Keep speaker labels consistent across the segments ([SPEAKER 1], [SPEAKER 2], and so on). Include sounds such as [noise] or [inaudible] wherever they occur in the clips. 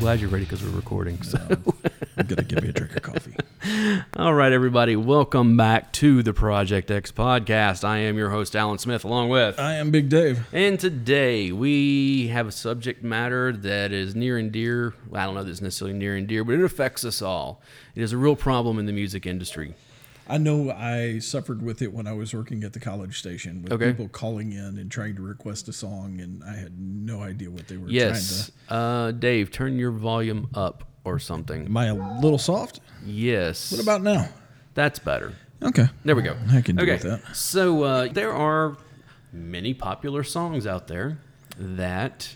[SPEAKER 1] glad you're ready because we're recording. So.
[SPEAKER 2] Um, I'm gonna give you a drink of coffee.
[SPEAKER 1] All right, everybody, welcome back to the Project X podcast. I am your host, Alan Smith, along with.
[SPEAKER 2] [laughs] I am Big Dave.
[SPEAKER 1] And today we have a subject matter that is near and dear. Well, I don't know that it's necessarily near and dear, but it affects us all. It is a real problem in the music industry.
[SPEAKER 2] I know I suffered with it when I was working at the college station with
[SPEAKER 1] Okay.
[SPEAKER 2] people calling in and trying to request a song, and I had no idea what they were
[SPEAKER 1] Yes. Uh, Dave, turn your volume up or something.
[SPEAKER 2] trying to. Am I a little soft?
[SPEAKER 1] Yes.
[SPEAKER 2] What about now?
[SPEAKER 1] That's better.
[SPEAKER 2] Okay.
[SPEAKER 1] There we go.
[SPEAKER 2] I can deal
[SPEAKER 1] okay.
[SPEAKER 2] with that.
[SPEAKER 1] So uh, there are many popular songs out there that,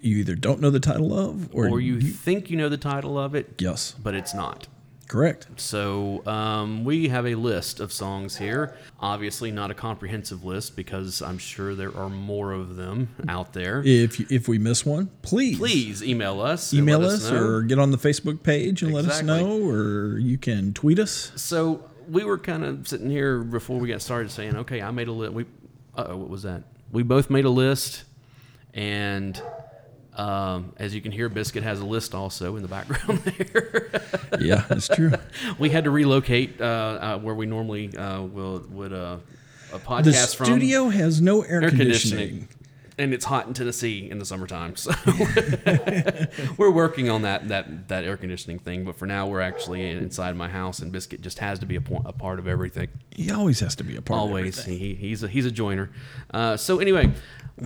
[SPEAKER 2] You either don't know the title of, or,
[SPEAKER 1] or you think you know the title of it,
[SPEAKER 2] yes,
[SPEAKER 1] but it's not.
[SPEAKER 2] correct.
[SPEAKER 1] So um, we have a list of songs here. Obviously, not a comprehensive list because I'm sure there are more of them out there.
[SPEAKER 2] If you, if we miss one, please
[SPEAKER 1] Please email us. and
[SPEAKER 2] email
[SPEAKER 1] let
[SPEAKER 2] us
[SPEAKER 1] know.
[SPEAKER 2] or get on the Facebook page and let us
[SPEAKER 1] Exactly.
[SPEAKER 2] know, or you can
[SPEAKER 1] [laughs]
[SPEAKER 2] tweet us.
[SPEAKER 1] So we were kind of sitting here before we got started saying, okay, I made a list. We, uh, what was that? We both made a list, and um, as you can hear, Biscuit has a list also in the background [laughs] there.
[SPEAKER 2] yeah, that's true.
[SPEAKER 1] we had to relocate uh, uh, where we normally uh, will would uh, a podcast
[SPEAKER 2] The
[SPEAKER 1] from
[SPEAKER 2] studio has no air,
[SPEAKER 1] air
[SPEAKER 2] conditioning.
[SPEAKER 1] conditioning. And it's hot in Tennessee in the summertime,
[SPEAKER 2] [laughs]
[SPEAKER 1] so we're working on that, that that air conditioning thing. But for now, we're actually inside my house, and Biscuit just has to be a, point, a part of everything.
[SPEAKER 2] He always has to be a part. of
[SPEAKER 1] always he, he's a, he's a joiner uh, so anyway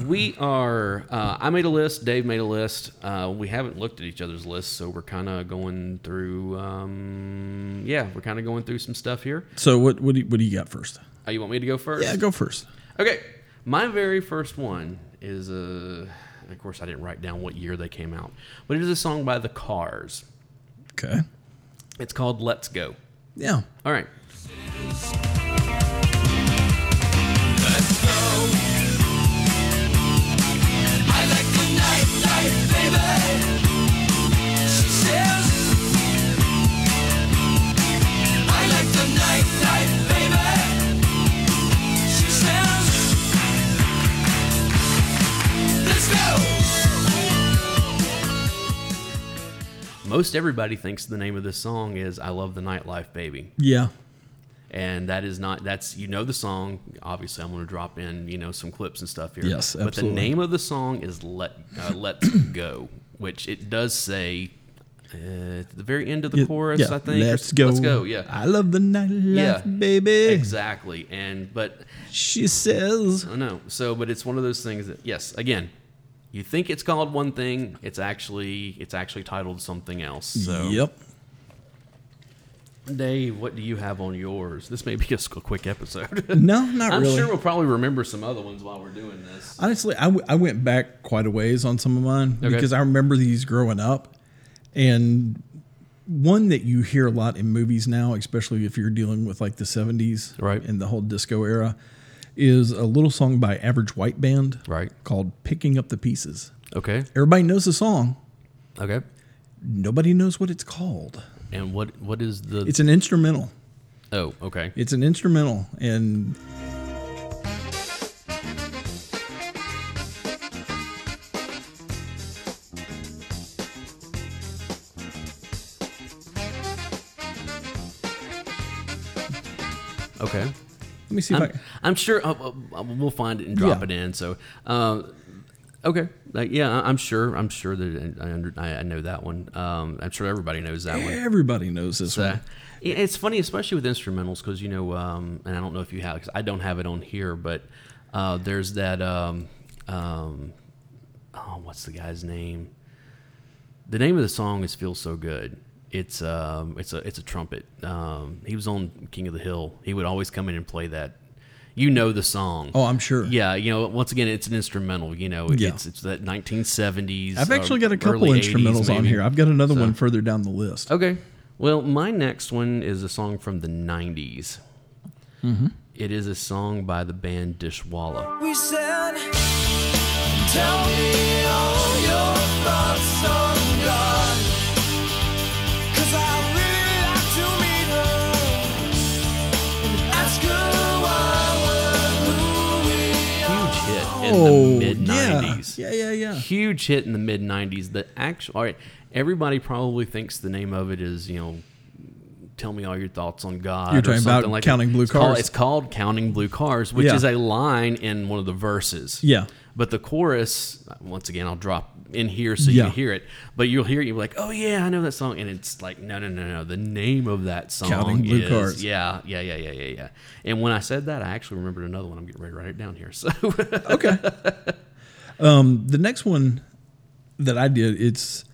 [SPEAKER 1] we are uh, i made a list dave made a list uh, we haven't looked at each other's lists so we're kind of going through um, yeah we're kind of going through some stuff here
[SPEAKER 2] So what what do you, what do you got first?
[SPEAKER 1] uh, you want me to go first
[SPEAKER 2] Yeah, go first.
[SPEAKER 1] okay my very first one is uh, of course i didn't write down what year they came out but it is a song by the cars
[SPEAKER 2] Okay.
[SPEAKER 1] it's called let's go
[SPEAKER 2] Yeah.
[SPEAKER 1] all right
[SPEAKER 3] I like the nightlife, baby. She says. I like the nightlife, baby. She says. Let's go.
[SPEAKER 1] most everybody thinks the name of this song is i love the nightlife baby
[SPEAKER 2] Yeah.
[SPEAKER 1] and that is not that's you know the song obviously i'm going to drop in you know some clips and stuff here
[SPEAKER 2] Yes,
[SPEAKER 1] but the
[SPEAKER 2] absolutely.
[SPEAKER 1] name of the song is let uh, let's go which it does say uh, at the very end of the chorus i think or
[SPEAKER 2] Let's
[SPEAKER 1] s-
[SPEAKER 2] go.
[SPEAKER 1] let's go yeah
[SPEAKER 2] I love the nightlife,
[SPEAKER 1] Yeah.
[SPEAKER 2] baby.
[SPEAKER 1] exactly and but
[SPEAKER 2] She says.
[SPEAKER 1] i know so but it's one of those things that yes again you think it's called one thing it's actually it's actually titled something else so
[SPEAKER 2] Yep.
[SPEAKER 1] dave what do you have on yours this may be [laughs] just a quick episode
[SPEAKER 2] No, not
[SPEAKER 1] i'm
[SPEAKER 2] really.
[SPEAKER 1] sure we'll probably remember some other ones while we're doing this
[SPEAKER 2] Honestly, I, w- I went back quite a ways on some of mine
[SPEAKER 1] Okay.
[SPEAKER 2] because I remember these growing up, and one that you hear a lot in movies now, especially if you're dealing with like the '70s,
[SPEAKER 1] Right.
[SPEAKER 2] and the whole disco era, is a little song by Average White Band,
[SPEAKER 1] Right.
[SPEAKER 2] called "Picking Up the Pieces."
[SPEAKER 1] Okay.
[SPEAKER 2] Everybody knows the song.
[SPEAKER 1] Okay.
[SPEAKER 2] Nobody knows what it's called.
[SPEAKER 1] And what what is the
[SPEAKER 2] It's an instrumental.
[SPEAKER 1] Oh, okay.
[SPEAKER 2] It's an instrumental, and
[SPEAKER 1] Okay.
[SPEAKER 2] let me see if
[SPEAKER 1] I'm,
[SPEAKER 2] I.
[SPEAKER 1] I'm sure uh, uh, uh, we'll find it and drop
[SPEAKER 2] Yeah.
[SPEAKER 1] it in. So, uh, okay. Like, yeah, I- I'm sure. I'm sure that I under, I I know that one. Um, I'm sure everybody knows that one.
[SPEAKER 2] Everybody knows this
[SPEAKER 1] So,
[SPEAKER 2] one.
[SPEAKER 1] yeah, it's funny, especially with instrumentals, because you know, um, and I don't know if you have, because I don't have it on here, but uh, there's that. Um, um, oh, what's the guy's name? The name of the song is "Feel So Good." It's um, it's a it's a trumpet. Um, he was on King of the Hill. He would always come in and play that. You know the song.
[SPEAKER 2] Oh, I'm sure.
[SPEAKER 1] Yeah, you know, once again, it's an instrumental. You know,
[SPEAKER 2] Yeah.
[SPEAKER 1] it's it's that 1970s.
[SPEAKER 2] I've actually
[SPEAKER 1] uh,
[SPEAKER 2] got a couple
[SPEAKER 1] early 80s
[SPEAKER 2] instrumentals on
[SPEAKER 1] maybe.
[SPEAKER 2] here. I've got another one further down the list.
[SPEAKER 1] Okay. Well, my next one is a song from the 90s.
[SPEAKER 2] Mm-hmm.
[SPEAKER 1] It is a song by the band Dishwalla.
[SPEAKER 3] We said. Tell me all your thoughts on God. 'Cause I really like to meet her. Ask her why we're who we are.
[SPEAKER 1] Huge hit in the
[SPEAKER 2] Oh,
[SPEAKER 1] mid
[SPEAKER 2] yeah.
[SPEAKER 1] 90s.
[SPEAKER 2] Yeah, yeah, yeah.
[SPEAKER 1] Huge hit in the mid 90s. The actual, all right, everybody probably thinks the name of it is you know. Tell me all your thoughts on God.
[SPEAKER 2] You're
[SPEAKER 1] or
[SPEAKER 2] talking about
[SPEAKER 1] something like that.
[SPEAKER 2] Counting Blue
[SPEAKER 1] It's called-
[SPEAKER 2] Cars.
[SPEAKER 1] it's called "Counting Blue Cars," which
[SPEAKER 2] Yeah.
[SPEAKER 1] is a line in one of the verses.
[SPEAKER 2] Yeah.
[SPEAKER 1] But the chorus, once again, I'll drop in here so you
[SPEAKER 2] Yeah.
[SPEAKER 1] can hear it. But you'll hear it, you're like, oh yeah, I know that song, and it's like, no, no, no, no. The name of that song
[SPEAKER 2] Counting Blue
[SPEAKER 1] is
[SPEAKER 2] Cars.
[SPEAKER 1] yeah, yeah, yeah, yeah, yeah, yeah. And when I said that, I actually remembered another one. I'm getting ready to write it down here. So [laughs]
[SPEAKER 2] Okay. um, the next one that I did, it's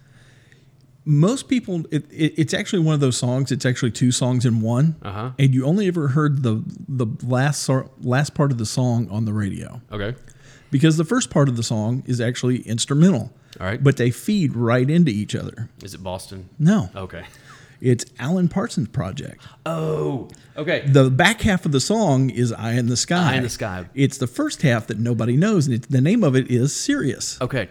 [SPEAKER 2] most people. It, it, it's actually one of those songs. It's actually two songs in one,
[SPEAKER 1] Uh-huh.
[SPEAKER 2] and you only ever heard the the last sor- last part of the song on the radio
[SPEAKER 1] okay,
[SPEAKER 2] because the first part of the song is actually instrumental.
[SPEAKER 1] All right.
[SPEAKER 2] but they feed right into each other.
[SPEAKER 1] is it Boston?
[SPEAKER 2] No,
[SPEAKER 1] Okay.
[SPEAKER 2] it's Alan Parsons Project.
[SPEAKER 1] Oh, okay.
[SPEAKER 2] The back half of the song is "Eye in the Sky."
[SPEAKER 1] Eye in the Sky.
[SPEAKER 2] It's the first half that nobody knows, and it's, the name of it is "Serious."
[SPEAKER 1] Okay.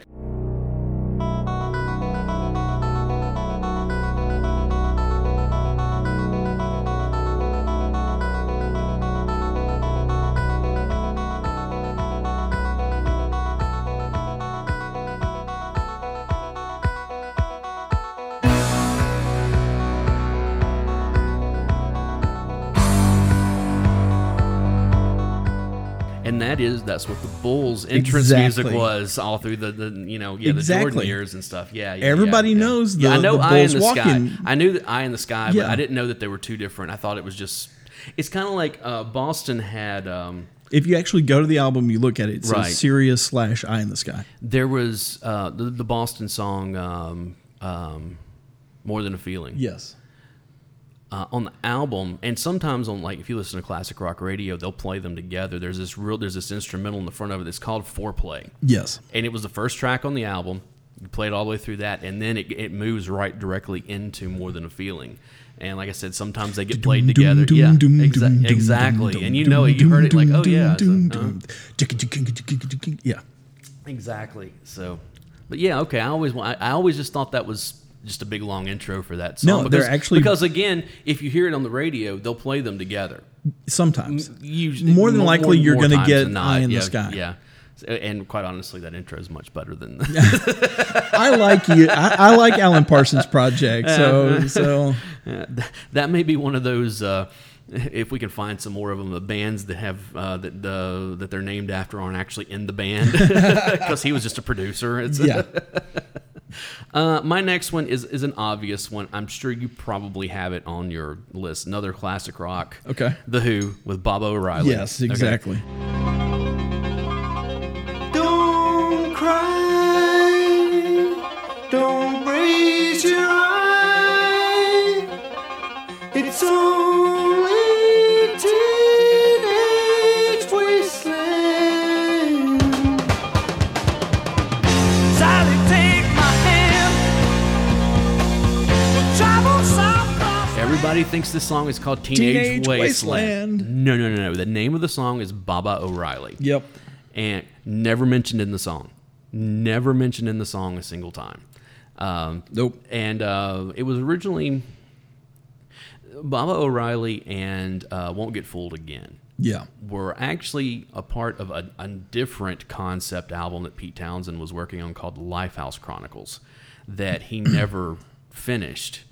[SPEAKER 1] And that is that's what the Bulls entrance music
[SPEAKER 2] Exactly.
[SPEAKER 1] was all through the, the you know yeah the
[SPEAKER 2] Exactly.
[SPEAKER 1] Jordan years and stuff yeah, yeah
[SPEAKER 2] Everybody
[SPEAKER 1] yeah, yeah.
[SPEAKER 2] knows
[SPEAKER 1] yeah, I
[SPEAKER 2] the-
[SPEAKER 1] know
[SPEAKER 2] the
[SPEAKER 1] Eye in
[SPEAKER 2] Bulls
[SPEAKER 1] the
[SPEAKER 2] walking.
[SPEAKER 1] sky I knew that Eye in the sky
[SPEAKER 2] Yeah.
[SPEAKER 1] but I didn't know that they were two different I thought it was just it's kind of like uh, Boston had um,
[SPEAKER 2] If you actually go to the album, you look at it, it says
[SPEAKER 1] Right.
[SPEAKER 2] Sirius slash Eye in the Sky.
[SPEAKER 1] there was uh, the, the Boston song um, um, more than a feeling
[SPEAKER 2] Yes.
[SPEAKER 1] uh, on the album and sometimes on like if you listen to classic rock radio they'll play them together there's this real there's this instrumental in the front of it that's called foreplay
[SPEAKER 2] Yes.
[SPEAKER 1] and it was the first track on the album. You play it all the way through that, and then it, it moves right directly into more than a feeling. And like I said, sometimes they get played together. Yeah, exa- exactly. And you know it. You heard it like, oh yeah, it's a- uh,
[SPEAKER 2] Yeah.
[SPEAKER 1] exactly. So, but yeah, okay. I always, I, I always just thought that was just a big long intro for that song.
[SPEAKER 2] No, they're
[SPEAKER 1] because-
[SPEAKER 2] actually-
[SPEAKER 1] because again, if you hear it on the radio, they'll play them together.
[SPEAKER 2] Sometimes.
[SPEAKER 1] Usually,
[SPEAKER 2] More than likely, you're
[SPEAKER 1] more
[SPEAKER 2] gonna
[SPEAKER 1] times
[SPEAKER 2] get
[SPEAKER 1] than not.
[SPEAKER 2] Eye in the
[SPEAKER 1] yeah,
[SPEAKER 2] Sky.
[SPEAKER 1] Yeah, So- and quite honestly, that intro is much better than.
[SPEAKER 2] [laughs] I like you. I, I like Alan Parsons Project.
[SPEAKER 1] Uh-huh.
[SPEAKER 2] So so
[SPEAKER 1] Yeah, Uh, th- that may be one of those. Uh, if we can find some more of them, the bands that have uh, that the that they're named after aren't actually in the band [laughs] because he was just a producer. It's, [laughs]
[SPEAKER 2] yeah.
[SPEAKER 1] uh, my next one is is an obvious one. I'm sure you probably have it on your list. Another classic rock.
[SPEAKER 2] Okay.
[SPEAKER 1] The Who with Bob O'Reilly.
[SPEAKER 2] Yes,
[SPEAKER 1] Okay.
[SPEAKER 2] exactly.
[SPEAKER 3] Don't cry. Don't raise your eye. It's only teenage wasteland. Sally, take my hand. We'll travel south. across-
[SPEAKER 1] Everybody thinks this song is called Teenage,
[SPEAKER 2] Teenage
[SPEAKER 1] Wasteland.
[SPEAKER 2] Wasteland.
[SPEAKER 1] No, no, no, no. The name of the song is Baba O'Reilly.
[SPEAKER 2] Yep.
[SPEAKER 1] and never mentioned in the song. Never mentioned in the song a single time. Um,
[SPEAKER 2] Nope.
[SPEAKER 1] And uh, it was originally Baba O'Reilly and uh, Won't Get Fooled Again
[SPEAKER 2] Yeah.
[SPEAKER 1] were actually a part of a, a different concept album that Pete Townsend was working on called Lifehouse Chronicles that
[SPEAKER 2] [clears throat]
[SPEAKER 1] he never finished.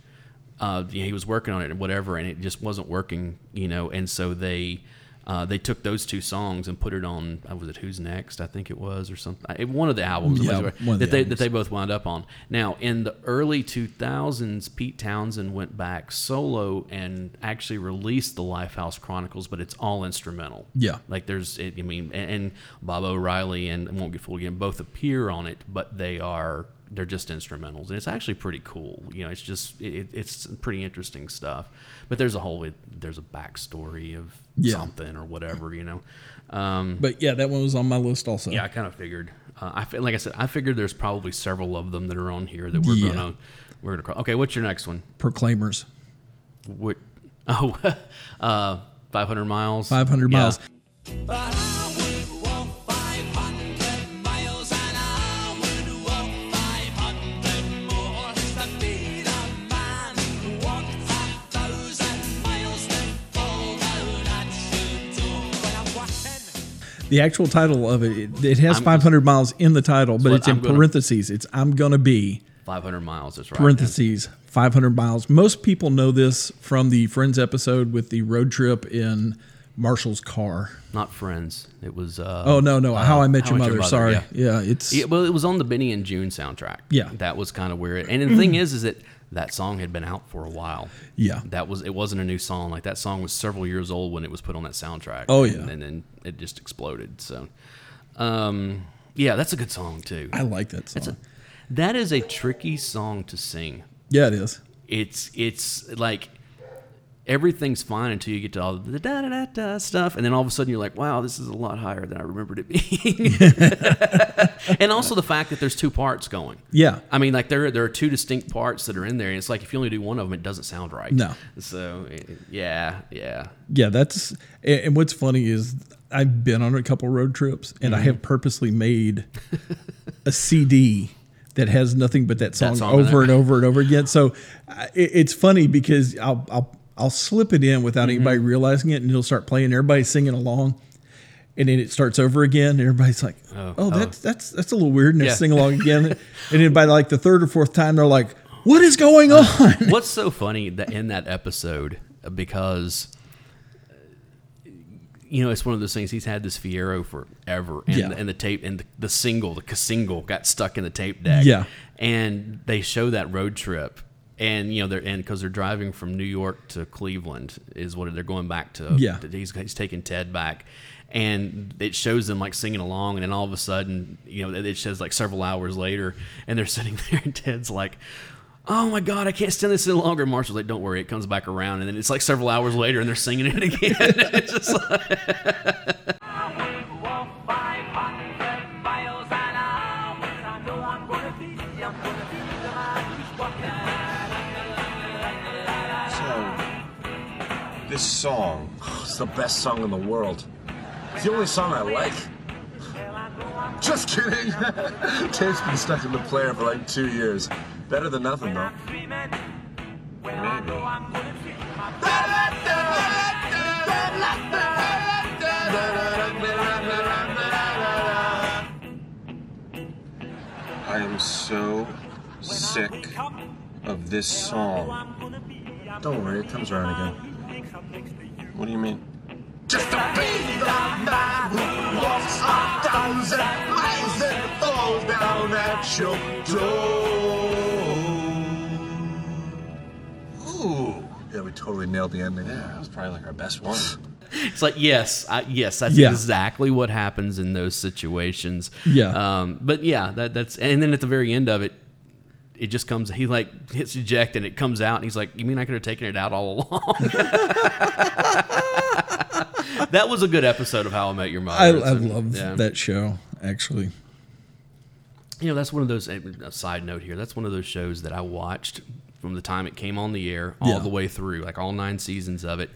[SPEAKER 1] Uh, you know, he was working on it and whatever, and it just wasn't working, you know. And so they uh, they took those two songs and put it on. uh, Was it Who's Next? I think it was, or something. it- One of the albums
[SPEAKER 2] Yeah,
[SPEAKER 1] that,
[SPEAKER 2] one of the
[SPEAKER 1] they
[SPEAKER 2] albums.
[SPEAKER 1] that they both wound up on. Now, in the early 2000s, Pete Townsend went back solo and actually released the Lifehouse Chronicles, but it's all instrumental.
[SPEAKER 2] Yeah.
[SPEAKER 1] Like there's, it, I mean, and, and Bob O'Reilly and Won't Get Fooled Again both appear on it, but they are they're just instrumentals, and it's actually pretty cool. You know, it's just it, it's pretty interesting stuff. But there's a whole there's a backstory of
[SPEAKER 2] Yeah.
[SPEAKER 1] something or whatever. You know, um,
[SPEAKER 2] But yeah, that one was on my list also.
[SPEAKER 1] yeah, I kind of figured. Uh, I fi- like I said, I figured there's probably several of them that are on here that we're
[SPEAKER 2] Yeah.
[SPEAKER 1] gonna we're gonna call. Okay, what's your next one?
[SPEAKER 2] Proclaimers.
[SPEAKER 1] What? [laughs] Oh, uh, 500 miles.
[SPEAKER 2] 500
[SPEAKER 1] Yeah.
[SPEAKER 2] miles.
[SPEAKER 3] But I would walk 500 miles and I would walk 500 more just to be the man who walked a thousand miles to fall down at your door. When I'm walking.
[SPEAKER 2] The actual title of it, it, it has
[SPEAKER 1] I'm-
[SPEAKER 2] 500 miles in the title, but
[SPEAKER 1] what
[SPEAKER 2] it's in
[SPEAKER 1] I'm gonna-
[SPEAKER 2] parentheses. It's I'm gonna be
[SPEAKER 1] 500 miles. That's right.
[SPEAKER 2] parentheses 500 miles most people know this from the friends episode with the road trip in marshall's car
[SPEAKER 1] Not friends. It was. Uh,
[SPEAKER 2] oh no no how i met
[SPEAKER 1] How I
[SPEAKER 2] your,
[SPEAKER 1] Met
[SPEAKER 2] mother,
[SPEAKER 1] Your Mother,
[SPEAKER 2] sorry
[SPEAKER 1] yeah.
[SPEAKER 2] yeah, it's
[SPEAKER 1] Yeah, well, it was on the Benny and June soundtrack.
[SPEAKER 2] Yeah.
[SPEAKER 1] that was kind of where it. And the thing is, is that that song had been out for a while.
[SPEAKER 2] Yeah.
[SPEAKER 1] that was it. Wasn't a new song. Like that song was several years old when it was put on that soundtrack.
[SPEAKER 2] Oh,
[SPEAKER 1] and,
[SPEAKER 2] yeah.
[SPEAKER 1] and then it just exploded. So, um, yeah, that's a good song too.
[SPEAKER 2] i like that song
[SPEAKER 1] That is a tricky song to sing.
[SPEAKER 2] yeah it is
[SPEAKER 1] It's it's like everything's fine until you get to all the da da da da stuff, and then all of a sudden you're like, wow, this is a lot higher than I remembered it being. [laughs] and also the fact that there's two parts going.
[SPEAKER 2] yeah
[SPEAKER 1] I mean, like there there are two distinct parts that are in there, and it's like if you only do one of them, it doesn't sound right.
[SPEAKER 2] No.
[SPEAKER 1] So it- it- yeah, yeah,
[SPEAKER 2] yeah that's and and what's funny is i've been on a couple road trips and
[SPEAKER 1] Mm-hmm.
[SPEAKER 2] i have purposely made a cd that has nothing but that song,
[SPEAKER 1] song in
[SPEAKER 2] over
[SPEAKER 1] there.
[SPEAKER 2] and over and over again so I- it, it's funny because i'll i'll i'll slip it in without
[SPEAKER 1] Mm-hmm.
[SPEAKER 2] anybody realizing it and it'll start playing everybody's singing along and then it starts over again and everybody's like oh, that's that's that's a little weird and they
[SPEAKER 1] Yeah.
[SPEAKER 2] sing along
[SPEAKER 1] [laughs]
[SPEAKER 2] again and then by like the third or fourth time they're like what is going
[SPEAKER 1] Oh.
[SPEAKER 2] on [laughs]
[SPEAKER 1] What's so funny that in that episode because you know it's one of those things. He's had this Fiero forever, and,
[SPEAKER 2] Yeah.
[SPEAKER 1] and the tape and the, the single, the ca- single, got stuck in the tape deck.
[SPEAKER 2] Yeah.
[SPEAKER 1] and they show that road trip. And you know they're and because they're driving from New York to Cleveland is what they're going back to.
[SPEAKER 2] Yeah.
[SPEAKER 1] he's, he's taking Ted back, and it shows them like singing along, and then all of a sudden, you know, it shows like several hours later, and they're [laughs] sitting there, and Ted's like, "Oh my God, I can't stand this any longer." Marshall's like, "Don't worry, it comes back around," and then it's like several hours later, and they're singing it [laughs] again. it's just like,
[SPEAKER 4] Walk 500 miles an hour. I know I'm gonna be, I'm gonna be the man who's
[SPEAKER 5] So, this song, Oh, it's the best song in the world. It's the only song I like. Just kidding. [laughs] Tape's been stuck in the player for like two years. Better than nothing, though.
[SPEAKER 4] dreaming. Well, I know I'm gonna be my
[SPEAKER 5] I am so sick of this song. Don't worry, it comes around again. What do you mean? Just to be the man who walks a thousand miles and falls down at your door. Ooh. Yeah, we totally nailed the ending. Yeah, that was probably like our best one.
[SPEAKER 1] it's like yes, I, yes, that's
[SPEAKER 2] Yeah.
[SPEAKER 1] exactly what happens in those situations.
[SPEAKER 2] Yeah.
[SPEAKER 1] Um, but yeah, that, that's and then at the very end of it. It just comes. He like hits eject, and it comes out, and he's like, "You mean I could have taken it out all along?" [laughs] that was a good episode of How I Met Your Mother.
[SPEAKER 2] i, I
[SPEAKER 1] It's a-
[SPEAKER 2] love
[SPEAKER 1] yeah.
[SPEAKER 2] that show actually
[SPEAKER 1] You know, that's one of those. eh, A side note here. That's one of those shows that I watched from the time it came on the air all
[SPEAKER 2] Yeah.
[SPEAKER 1] the way through, like all nine seasons of it,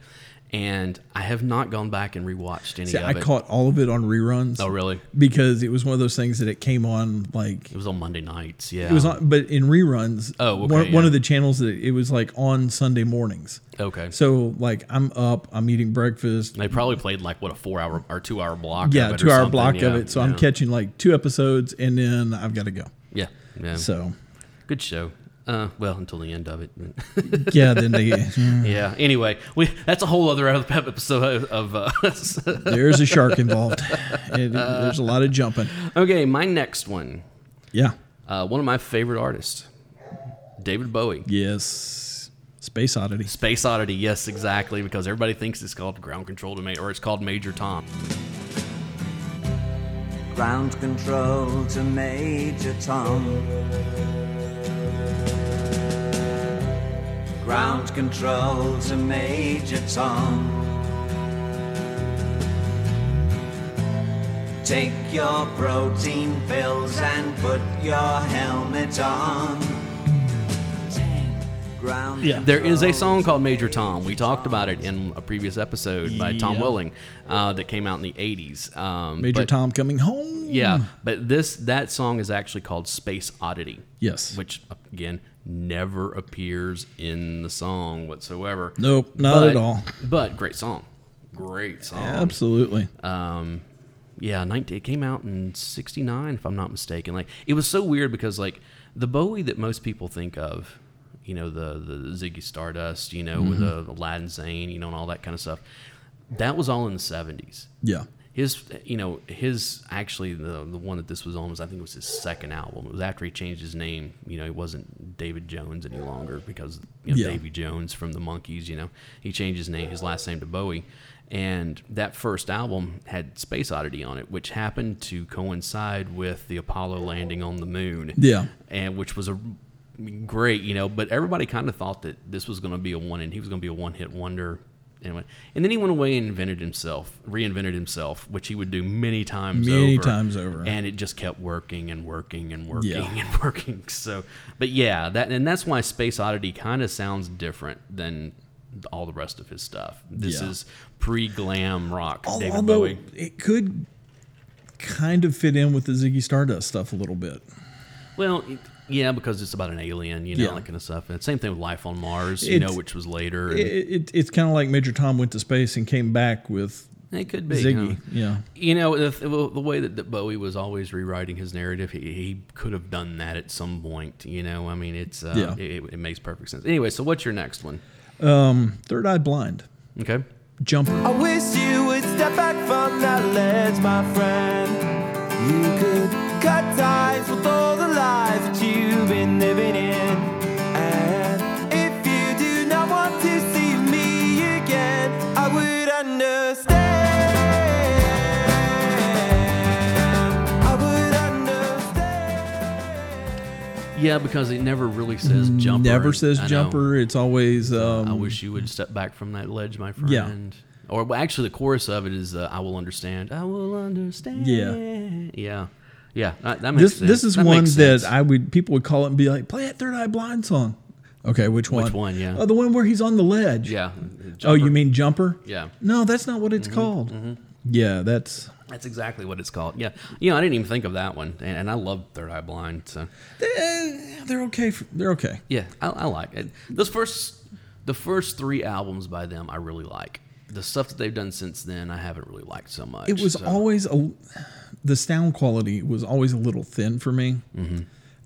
[SPEAKER 1] and I have not gone back and rewatched any
[SPEAKER 2] See,
[SPEAKER 1] of
[SPEAKER 2] I
[SPEAKER 1] it.
[SPEAKER 2] caught all of it on reruns.
[SPEAKER 1] oh, really?
[SPEAKER 2] Because it was one of those things that it came on like
[SPEAKER 1] It was on Monday nights. Yeah.
[SPEAKER 2] it was on, but in reruns.
[SPEAKER 1] Oh, okay,
[SPEAKER 2] one, one
[SPEAKER 1] yeah.
[SPEAKER 2] of the channels that it was like on Sunday mornings.
[SPEAKER 1] Okay. So
[SPEAKER 2] So like I'm up, I'm eating breakfast.
[SPEAKER 1] they probably played like what a four-hour or two-hour block.
[SPEAKER 2] Yeah,
[SPEAKER 1] of it or
[SPEAKER 2] two hour
[SPEAKER 1] something,
[SPEAKER 2] block of
[SPEAKER 1] yeah,
[SPEAKER 2] it. So
[SPEAKER 1] yeah.
[SPEAKER 2] I'm catching like two episodes, and then I've got to go.
[SPEAKER 1] Yeah. Yeah.
[SPEAKER 2] So
[SPEAKER 1] Good show. Uh, well, until the end of it.
[SPEAKER 2] [laughs] yeah, then they
[SPEAKER 1] [laughs] yeah. Anyway, we that's a whole other [laughs] episode of. Uh, [laughs]
[SPEAKER 2] there's a shark involved. It, there's a lot of jumping.
[SPEAKER 1] okay, my next one.
[SPEAKER 2] Yeah.
[SPEAKER 1] Uh, one of my favorite artists, David Bowie.
[SPEAKER 2] Yes. Space Oddity.
[SPEAKER 1] Space Oddity, yes, exactly, because everybody thinks it's called Ground Control to Major, or it's called Major Tom.
[SPEAKER 6] ground control to Major Tom. Ground control to Major Tom. Take your protein pills and put your helmet on. Ground
[SPEAKER 2] Yeah.
[SPEAKER 1] There is a
[SPEAKER 6] control
[SPEAKER 1] song
[SPEAKER 6] to
[SPEAKER 1] called Major Tom. We
[SPEAKER 6] Major
[SPEAKER 1] talked
[SPEAKER 6] Tom.
[SPEAKER 1] about it in a previous episode by Tom
[SPEAKER 2] Yeah.
[SPEAKER 1] Welling uh, that came out in the 80s. Um,
[SPEAKER 2] Major
[SPEAKER 1] but-
[SPEAKER 2] Tom Hmm. coming home.
[SPEAKER 1] Yeah, but this that song is actually called Space Oddity.
[SPEAKER 2] Yes.
[SPEAKER 1] Which, again, never appears in the song whatsoever.
[SPEAKER 2] Nope, not
[SPEAKER 1] But-
[SPEAKER 2] at all.
[SPEAKER 1] But great song. Great song.
[SPEAKER 2] Absolutely.
[SPEAKER 1] um, yeah, 19, it came out in '69, if I'm not mistaken. Like it was so weird because like the Bowie that most people think of, you know, the the Ziggy Stardust, you know, with the Aladdin Sane, you know, and all that kind of stuff. That was all in the '70s.
[SPEAKER 2] Yeah.
[SPEAKER 1] His, you know, his actually the the one that this was on was I think it was his second album. It was after he changed his name. You know, he wasn't David Jones any longer because you know,
[SPEAKER 2] Yeah.
[SPEAKER 1] Davy Jones from the Monkees. You know, he changed his name, his last name to Bowie, and that first album had Space Oddity on it, which happened to coincide with the Apollo landing on the moon.
[SPEAKER 2] Yeah.
[SPEAKER 1] and which was a I mean, great, you know. But everybody kind of thought that this was going to be a one, and he was going to be a one-hit wonder. Anyway, and then he went away and invented himself, reinvented himself, which he would do many times,
[SPEAKER 2] Many
[SPEAKER 1] over,
[SPEAKER 2] times over.
[SPEAKER 1] and it just kept working and working and working
[SPEAKER 2] Yeah.
[SPEAKER 1] [laughs] and working. So, but yeah, that and that's why Space Oddity kind of sounds different than all the rest of his stuff. This
[SPEAKER 2] Yeah.
[SPEAKER 1] is pre-glam rock,
[SPEAKER 2] Al-
[SPEAKER 1] David
[SPEAKER 2] Although
[SPEAKER 1] Bowie.
[SPEAKER 2] it could kind of fit in with the Ziggy Stardust stuff a little bit.
[SPEAKER 1] Well, it- yeah, because it's about an alien, you know,
[SPEAKER 2] Yeah.
[SPEAKER 1] that kind of stuff. And same thing with Life on Mars, you
[SPEAKER 2] It's-
[SPEAKER 1] know, which was later.
[SPEAKER 2] It,
[SPEAKER 1] and-
[SPEAKER 2] it, it's kind of like Major Tom went to space and came back with
[SPEAKER 1] It could be
[SPEAKER 2] Ziggy.
[SPEAKER 1] huh?
[SPEAKER 2] Yeah.
[SPEAKER 1] You know, the, th- well, the way that, that Bowie was always rewriting his narrative, he, he could have done that at some point. You know, I mean, it's uh,
[SPEAKER 2] Yeah.
[SPEAKER 1] it, it makes perfect sense. Anyway, so what's your next one?
[SPEAKER 2] Third Eye Blind.
[SPEAKER 1] Okay,
[SPEAKER 2] Jumper.
[SPEAKER 1] Oh.
[SPEAKER 3] I wish you would step back from that ledge, my friend. You could cut ties with all the lies that you've been living in. And if you do not want to see me again, I would understand. I would understand.
[SPEAKER 1] yeah, because it never really says jumper.
[SPEAKER 2] Never says
[SPEAKER 1] I know.
[SPEAKER 2] jumper. It's always. Um,
[SPEAKER 1] I wish you would step back from that ledge, my friend.
[SPEAKER 2] Yeah.
[SPEAKER 1] Or well, actually, the chorus of it is uh, "I will understand." I will understand. yeah, yeah. That, that makes
[SPEAKER 2] this
[SPEAKER 1] sense.
[SPEAKER 2] this is
[SPEAKER 1] That
[SPEAKER 2] one
[SPEAKER 1] makes
[SPEAKER 2] that
[SPEAKER 1] sense.
[SPEAKER 2] I would people would call it and be like, play that Third Eye Blind song. Okay, which one?
[SPEAKER 1] one, yeah.
[SPEAKER 2] Oh, the one where he's on the ledge.
[SPEAKER 1] yeah.
[SPEAKER 2] Oh,
[SPEAKER 1] Jumper.
[SPEAKER 2] you mean jumper?
[SPEAKER 1] Yeah. Mm-hmm.
[SPEAKER 2] No, that's not what it's called. Yeah, that's
[SPEAKER 1] That's exactly what it's called. Yeah, you know, I didn't even think of that one, and, and I love Third Eye Blind. So
[SPEAKER 2] eh, they're okay. For, they're okay.
[SPEAKER 1] yeah, I, I like it. Those first, the first three albums by them, I really like. The stuff that they've done since then, I haven't really liked so much.
[SPEAKER 2] It was
[SPEAKER 1] so.
[SPEAKER 2] always a, the sound quality was always a little thin for me,
[SPEAKER 1] Mm-hmm.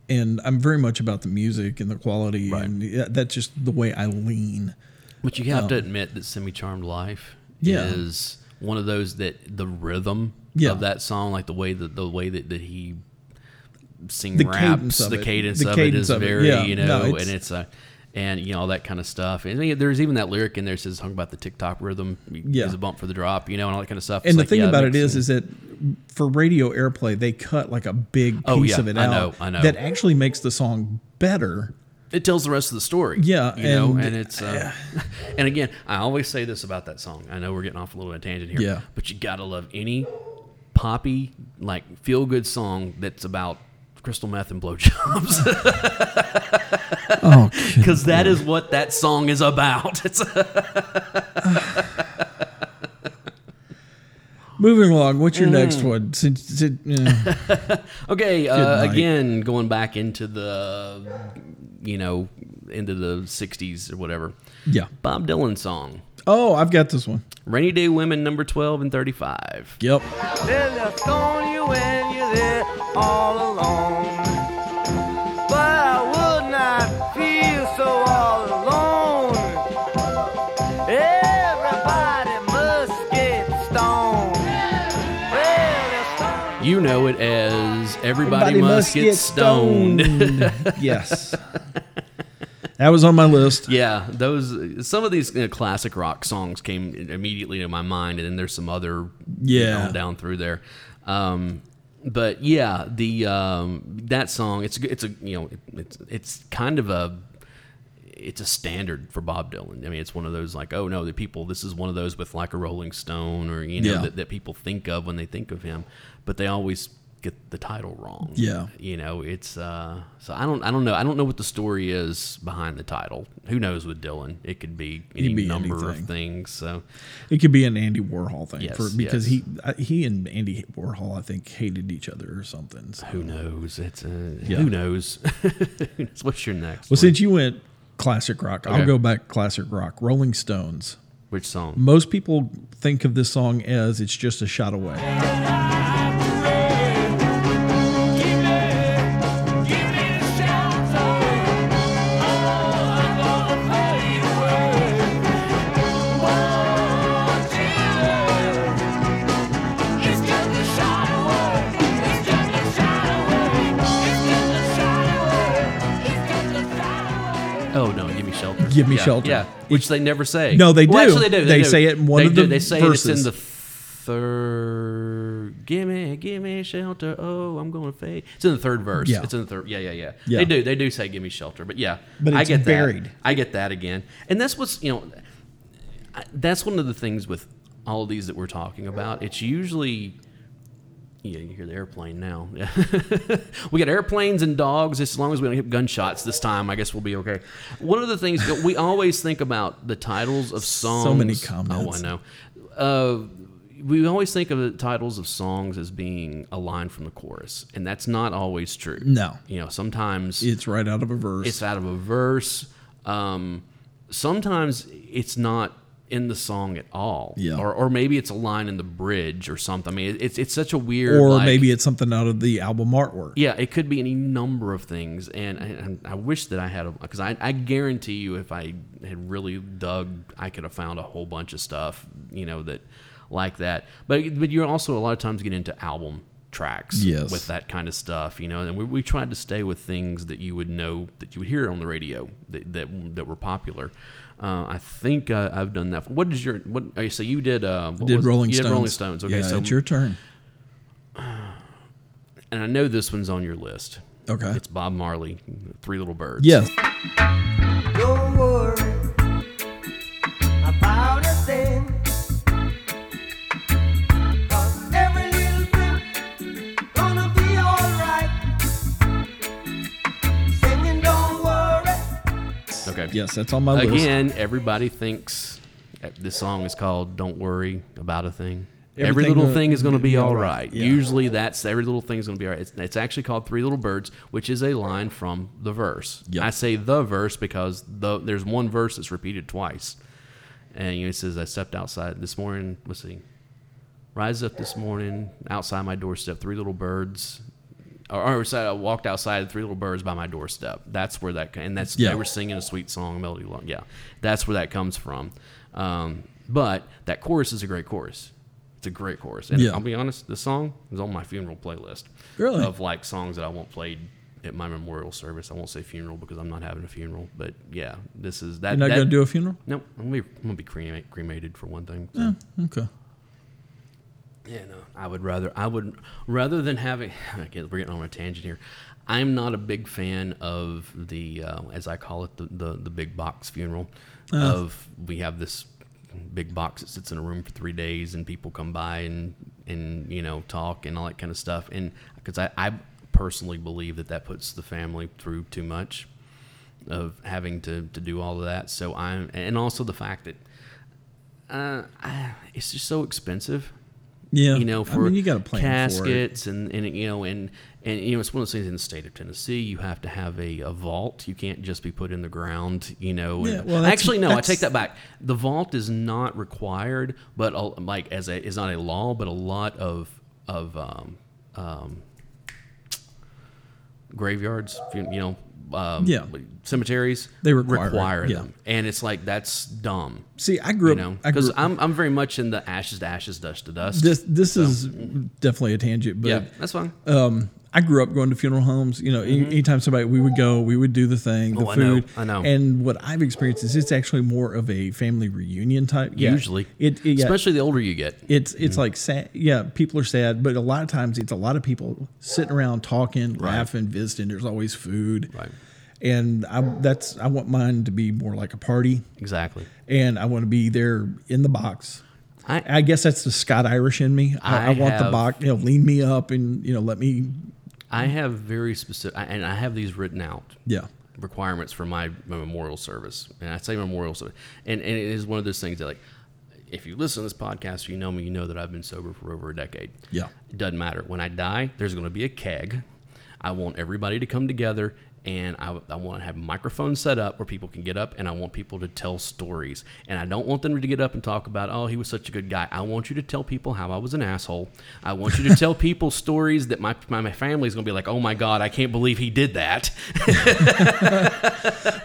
[SPEAKER 2] and I'm very much about the music and the quality,
[SPEAKER 1] Right.
[SPEAKER 2] and yeah, that's just the way I lean.
[SPEAKER 1] but you have to admit that Semi Charmed Life
[SPEAKER 2] Um, Yeah.
[SPEAKER 1] is one of those that the rhythm
[SPEAKER 2] Yeah.
[SPEAKER 1] of that song, like the way that the way that, that he sing
[SPEAKER 2] The
[SPEAKER 1] raps,
[SPEAKER 2] cadence of
[SPEAKER 1] the
[SPEAKER 2] it.
[SPEAKER 1] cadence
[SPEAKER 2] The
[SPEAKER 1] of it
[SPEAKER 2] cadence
[SPEAKER 1] is
[SPEAKER 2] of it,
[SPEAKER 1] very
[SPEAKER 2] yeah.
[SPEAKER 1] you
[SPEAKER 2] No,
[SPEAKER 1] know,
[SPEAKER 2] it's-
[SPEAKER 1] and it's a. And you know all that kind of stuff, and I mean, there's even that lyric in there that says talking about the TikTok rhythm
[SPEAKER 2] Yeah.
[SPEAKER 1] is a bump for the drop, you know, and all that kind of stuff. It's
[SPEAKER 2] And the
[SPEAKER 1] like,
[SPEAKER 2] thing
[SPEAKER 1] yeah,
[SPEAKER 2] about it
[SPEAKER 1] makes
[SPEAKER 2] is,
[SPEAKER 1] sense.
[SPEAKER 2] is that for radio airplay, they cut like a big piece
[SPEAKER 1] Oh, yeah.
[SPEAKER 2] of it
[SPEAKER 1] I
[SPEAKER 2] out.
[SPEAKER 1] know, I know.
[SPEAKER 2] That actually makes the song better.
[SPEAKER 1] it tells the rest of the story.
[SPEAKER 2] Yeah,
[SPEAKER 1] you know,
[SPEAKER 2] and-
[SPEAKER 1] and, it's uh, [laughs] and again, I always say this about that song. I know we're getting off a little bit of tangent here.
[SPEAKER 2] Yeah.
[SPEAKER 1] but you gotta love any poppy like feel good song that's about crystal meth and [laughs] blowjobs
[SPEAKER 2] [laughs] Oh,
[SPEAKER 1] because that is what that song is about. [laughs] It's uh,
[SPEAKER 2] moving along. What's your next
[SPEAKER 1] Mm.
[SPEAKER 2] one? Since, since- yeah.
[SPEAKER 1] Okay, uh,
[SPEAKER 2] night.
[SPEAKER 1] again, going back into the, you know, into the 60s or whatever. [laughs]
[SPEAKER 2] yeah.
[SPEAKER 1] Bob Dylan song,
[SPEAKER 2] Oh, I've got this one.
[SPEAKER 1] Rainy Day Women, number 12 and 35.
[SPEAKER 2] Yep.
[SPEAKER 3] They left on you when you're there all alone. But I would not feel so all alone. Everybody must get stoned. Well, they're stoned.
[SPEAKER 1] You know it as Everybody, Must, Get, Stoned. [laughs]
[SPEAKER 2] yes. That was on my list.
[SPEAKER 1] yeah, those, some of these uh, classic rock songs came immediately to my mind, and then there's some other
[SPEAKER 2] Yeah.
[SPEAKER 1] on down through there. Um, but yeah, the um, that song it's a- it's a you know it, it's it's kind of a it's a standard for Bob Dylan. I mean, it's one of those like oh no, the people this is one of those with like a Rolling Stone or you know
[SPEAKER 2] Yeah.
[SPEAKER 1] that, that people think of when they think of him, but they always get the title wrong.
[SPEAKER 2] Yeah.
[SPEAKER 1] you know it's uh, so I don't I don't know I don't know what the story is behind the title. Who knows with Dylan? It could be any
[SPEAKER 2] It'd be
[SPEAKER 1] number
[SPEAKER 2] anything.
[SPEAKER 1] of things. So
[SPEAKER 2] It could be an Andy Warhol thing
[SPEAKER 1] Yes,
[SPEAKER 2] for because
[SPEAKER 1] yes.
[SPEAKER 2] he I- he and Andy Warhol I think hated each other or something. So.
[SPEAKER 1] Who knows? It's uh,
[SPEAKER 2] Yeah.
[SPEAKER 1] who knows. [laughs] Who knows? What's your next?
[SPEAKER 2] Well,
[SPEAKER 1] one?
[SPEAKER 2] since you went classic rock, I'll
[SPEAKER 1] Okay.
[SPEAKER 2] go back classic rock. Rolling Stones.
[SPEAKER 1] Which song?
[SPEAKER 2] Most people think of this song as it's just a shot away.
[SPEAKER 1] Oh,
[SPEAKER 2] Give me shelter.
[SPEAKER 1] Yeah, which they never say.
[SPEAKER 2] No, they
[SPEAKER 1] Well,
[SPEAKER 2] do.
[SPEAKER 1] actually, they do.
[SPEAKER 2] They say it in one
[SPEAKER 1] They
[SPEAKER 2] of
[SPEAKER 1] do.
[SPEAKER 2] the
[SPEAKER 1] They say it's
[SPEAKER 2] verses.
[SPEAKER 1] in the third. Give me, give me shelter. Oh, I'm going to fade. It's in the third verse.
[SPEAKER 2] Yeah.
[SPEAKER 1] It's in the third. Yeah, yeah, yeah,
[SPEAKER 2] Yeah.
[SPEAKER 1] They do. They do say, "Give me shelter." But yeah,
[SPEAKER 2] But
[SPEAKER 1] I
[SPEAKER 2] it's
[SPEAKER 1] get
[SPEAKER 2] buried.
[SPEAKER 1] That. I get that again, and that's what's you know, I- that's one of the things with all these that we're talking about. It's usually yeah, you hear the airplane now. [laughs] we got airplanes and dogs. As long as we don't get gunshots this time, I guess we'll be okay. One of the things that we always think about the titles of songs.
[SPEAKER 2] many
[SPEAKER 1] Oh, I
[SPEAKER 2] comments.
[SPEAKER 1] know. Uh, we always think of the titles of songs as being a line from the chorus, and that's not always true.
[SPEAKER 2] No.
[SPEAKER 1] You know, sometimes
[SPEAKER 2] It's right out of a verse.
[SPEAKER 1] it's out of a verse. Um, sometimes it's not in the song at all.
[SPEAKER 2] Yeah.
[SPEAKER 1] Or, or maybe it's a line in the bridge or something. I mean, it's it's such a weird.
[SPEAKER 2] or
[SPEAKER 1] like-
[SPEAKER 2] maybe it's something out of the album artwork.
[SPEAKER 1] yeah, it could be any number of things, and I, and I wish that I had a because I, I guarantee you, if I had really dug, I could have found a whole bunch of stuff, you know, that like that. But but you're also a lot of times get into album tracks
[SPEAKER 2] Yes.
[SPEAKER 1] with that kind of stuff, you know. And we, we tried to stay with things that you would know that you would hear on the radio that that, that were popular. Uh, I think I, I've done that. What is your what? oh, So you did uh, what
[SPEAKER 2] Did
[SPEAKER 1] was it?
[SPEAKER 2] Rolling
[SPEAKER 1] you
[SPEAKER 2] Stones?
[SPEAKER 1] Did Rolling Stones. Okay,
[SPEAKER 2] yeah,
[SPEAKER 1] so
[SPEAKER 2] it's your turn.
[SPEAKER 1] and I know this one's on your list.
[SPEAKER 2] Okay.
[SPEAKER 1] It's Bob Marley, Three Little Birds.
[SPEAKER 2] Yes.
[SPEAKER 7] Don't worry about a thing. 'Cause every little thing gonna be alright. Singing, don't worry.
[SPEAKER 1] Okay.
[SPEAKER 2] Yes, that's on my list.
[SPEAKER 1] Again, everybody thinks that this song is called "Don't Worry About a Thing." every
[SPEAKER 2] Everything
[SPEAKER 1] little
[SPEAKER 2] gonna-
[SPEAKER 1] thing is going to be all
[SPEAKER 2] all
[SPEAKER 1] right.
[SPEAKER 2] right. Yeah.
[SPEAKER 1] Usually, that's every little thing is going to be all right. It's, it's actually called Three Little Birds," which is a line from the verse.
[SPEAKER 2] Yep.
[SPEAKER 1] I say the verse because the there's one verse that's repeated twice, and you know, it says, "I stepped outside this morning." Let's see, rise up this morning outside my doorstep. Three little birds. Or, or so I walked outside, three little birds by my doorstep. That's where that and that's
[SPEAKER 2] Yeah.
[SPEAKER 1] they were singing a sweet song, melody long. Yeah, that's where that comes from. Um, but that chorus is a great chorus. It's a great chorus, and
[SPEAKER 2] Yeah.
[SPEAKER 1] I'll be honest, the song is on my funeral playlist.
[SPEAKER 2] Really?
[SPEAKER 1] Of like songs that I want played at my memorial service. I won't say funeral because I'm not having a funeral, but yeah, this is that.
[SPEAKER 2] You're not
[SPEAKER 1] that,
[SPEAKER 2] gonna do a funeral?
[SPEAKER 1] No, I'm gonna be, I'm gonna be crema- cremated for one thing. so.
[SPEAKER 2] Okay.
[SPEAKER 1] Yeah, no. I would rather I would rather than having [sighs] okay, we're getting on a tangent here. I'm not a big fan of the uh, as I call it the the, the big box funeral. Of we have this big box that sits in a room for three days and people come by and and you know talk and all that kind of stuff. And because I, I personally believe that that puts the family through too much of having to to do all of that. So I'm and also the fact that. Uh, [sighs] I- it's just so expensive
[SPEAKER 2] Yeah.
[SPEAKER 1] you know, for
[SPEAKER 2] I mean, you got to plan for it.
[SPEAKER 1] caskets and, and you know and and you know it's one of those things in the state of Tennessee you have to have a, a vault. You can't just be put in the ground. You know,
[SPEAKER 2] Yeah,
[SPEAKER 1] and-
[SPEAKER 2] well, that's-
[SPEAKER 1] actually no, I
[SPEAKER 2] that's-
[SPEAKER 1] take that back. The vault is not required, but a, like as a is not a law, but a lot of of um, um, graveyards, you know, um,
[SPEAKER 2] Yeah.
[SPEAKER 1] cemeteries
[SPEAKER 2] They require it, yeah.
[SPEAKER 1] them, and it's like that's dumb.
[SPEAKER 2] See, I grew
[SPEAKER 1] you know,
[SPEAKER 2] up. I
[SPEAKER 1] because
[SPEAKER 2] grew,
[SPEAKER 1] I'm, I'm very much in the ashes to ashes, dust to dust.
[SPEAKER 2] this this is definitely a tangent, but
[SPEAKER 1] mm-hmm. yeah, that's fine.
[SPEAKER 2] um, I grew up going to funeral homes. You know, any- anytime somebody, we would go, we would do the thing, the
[SPEAKER 1] Mm-hmm. Oh, I know,
[SPEAKER 2] food.
[SPEAKER 1] I know.
[SPEAKER 2] And what I've experienced is it's actually more of a family reunion type. Yeah.
[SPEAKER 1] Usually,
[SPEAKER 2] it, it yeah,
[SPEAKER 1] especially Mm-hmm. the older you get.
[SPEAKER 2] it's it's like sad. Yeah, people are sad, but a lot of times it's a lot of people sitting around talking, laughing, visiting. There's always food.
[SPEAKER 1] Right.
[SPEAKER 2] And I, that's I want mine to be more like a party,
[SPEAKER 1] Exactly.
[SPEAKER 2] and I want to be there in the box.
[SPEAKER 1] I,
[SPEAKER 2] I guess that's the Scott Irish in me. I,
[SPEAKER 1] I
[SPEAKER 2] I want the
[SPEAKER 1] have-
[SPEAKER 2] box, you know, lean me up and you know, let me,
[SPEAKER 1] I have very specific, I- and I have these written out.
[SPEAKER 2] yeah,
[SPEAKER 1] requirements for my, my memorial service. And I say memorial service. And, and it is one of those things that, like, if you listen to this podcast, you know me, you know that I've been sober for over a decade.
[SPEAKER 2] Yeah.
[SPEAKER 1] It doesn't matter. When I die, there's going to be a keg. I want everybody to come together and I, I want to have microphones set up where people can get up and I want people to tell stories. And I don't want them to get up and talk about, oh, he was such a good guy. I want you to tell people how I was an asshole. I want you to tell [laughs] people stories that my, my, my family's going to be like, oh my God, I can't believe he did that.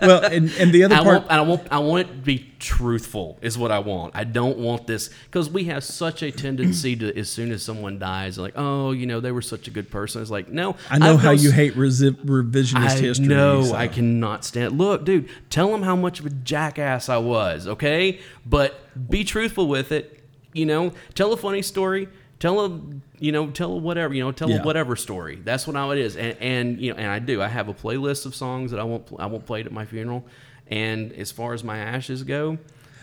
[SPEAKER 2] well, and, and the other
[SPEAKER 1] I
[SPEAKER 2] part,
[SPEAKER 1] want, I want, I want it to be truthful is what I want. I don't want this because we have such a tendency to as soon as someone dies, like oh, you know, they were such a good person. It's like no,
[SPEAKER 2] I know
[SPEAKER 1] I've
[SPEAKER 2] how
[SPEAKER 1] known
[SPEAKER 2] you
[SPEAKER 1] s-
[SPEAKER 2] hate resi- revisionist
[SPEAKER 1] I
[SPEAKER 2] history.
[SPEAKER 1] know
[SPEAKER 2] so-
[SPEAKER 1] I cannot stand. Look, dude, tell them how much of a jackass I was, okay? But be truthful with it. You know, tell a funny story. Tell a you know, tell a whatever you know, tell
[SPEAKER 2] Yeah.
[SPEAKER 1] a whatever story. That's what how it is. And and you know, and I do. I have a playlist of songs that I won't I won't play at my funeral. And as far as my ashes go,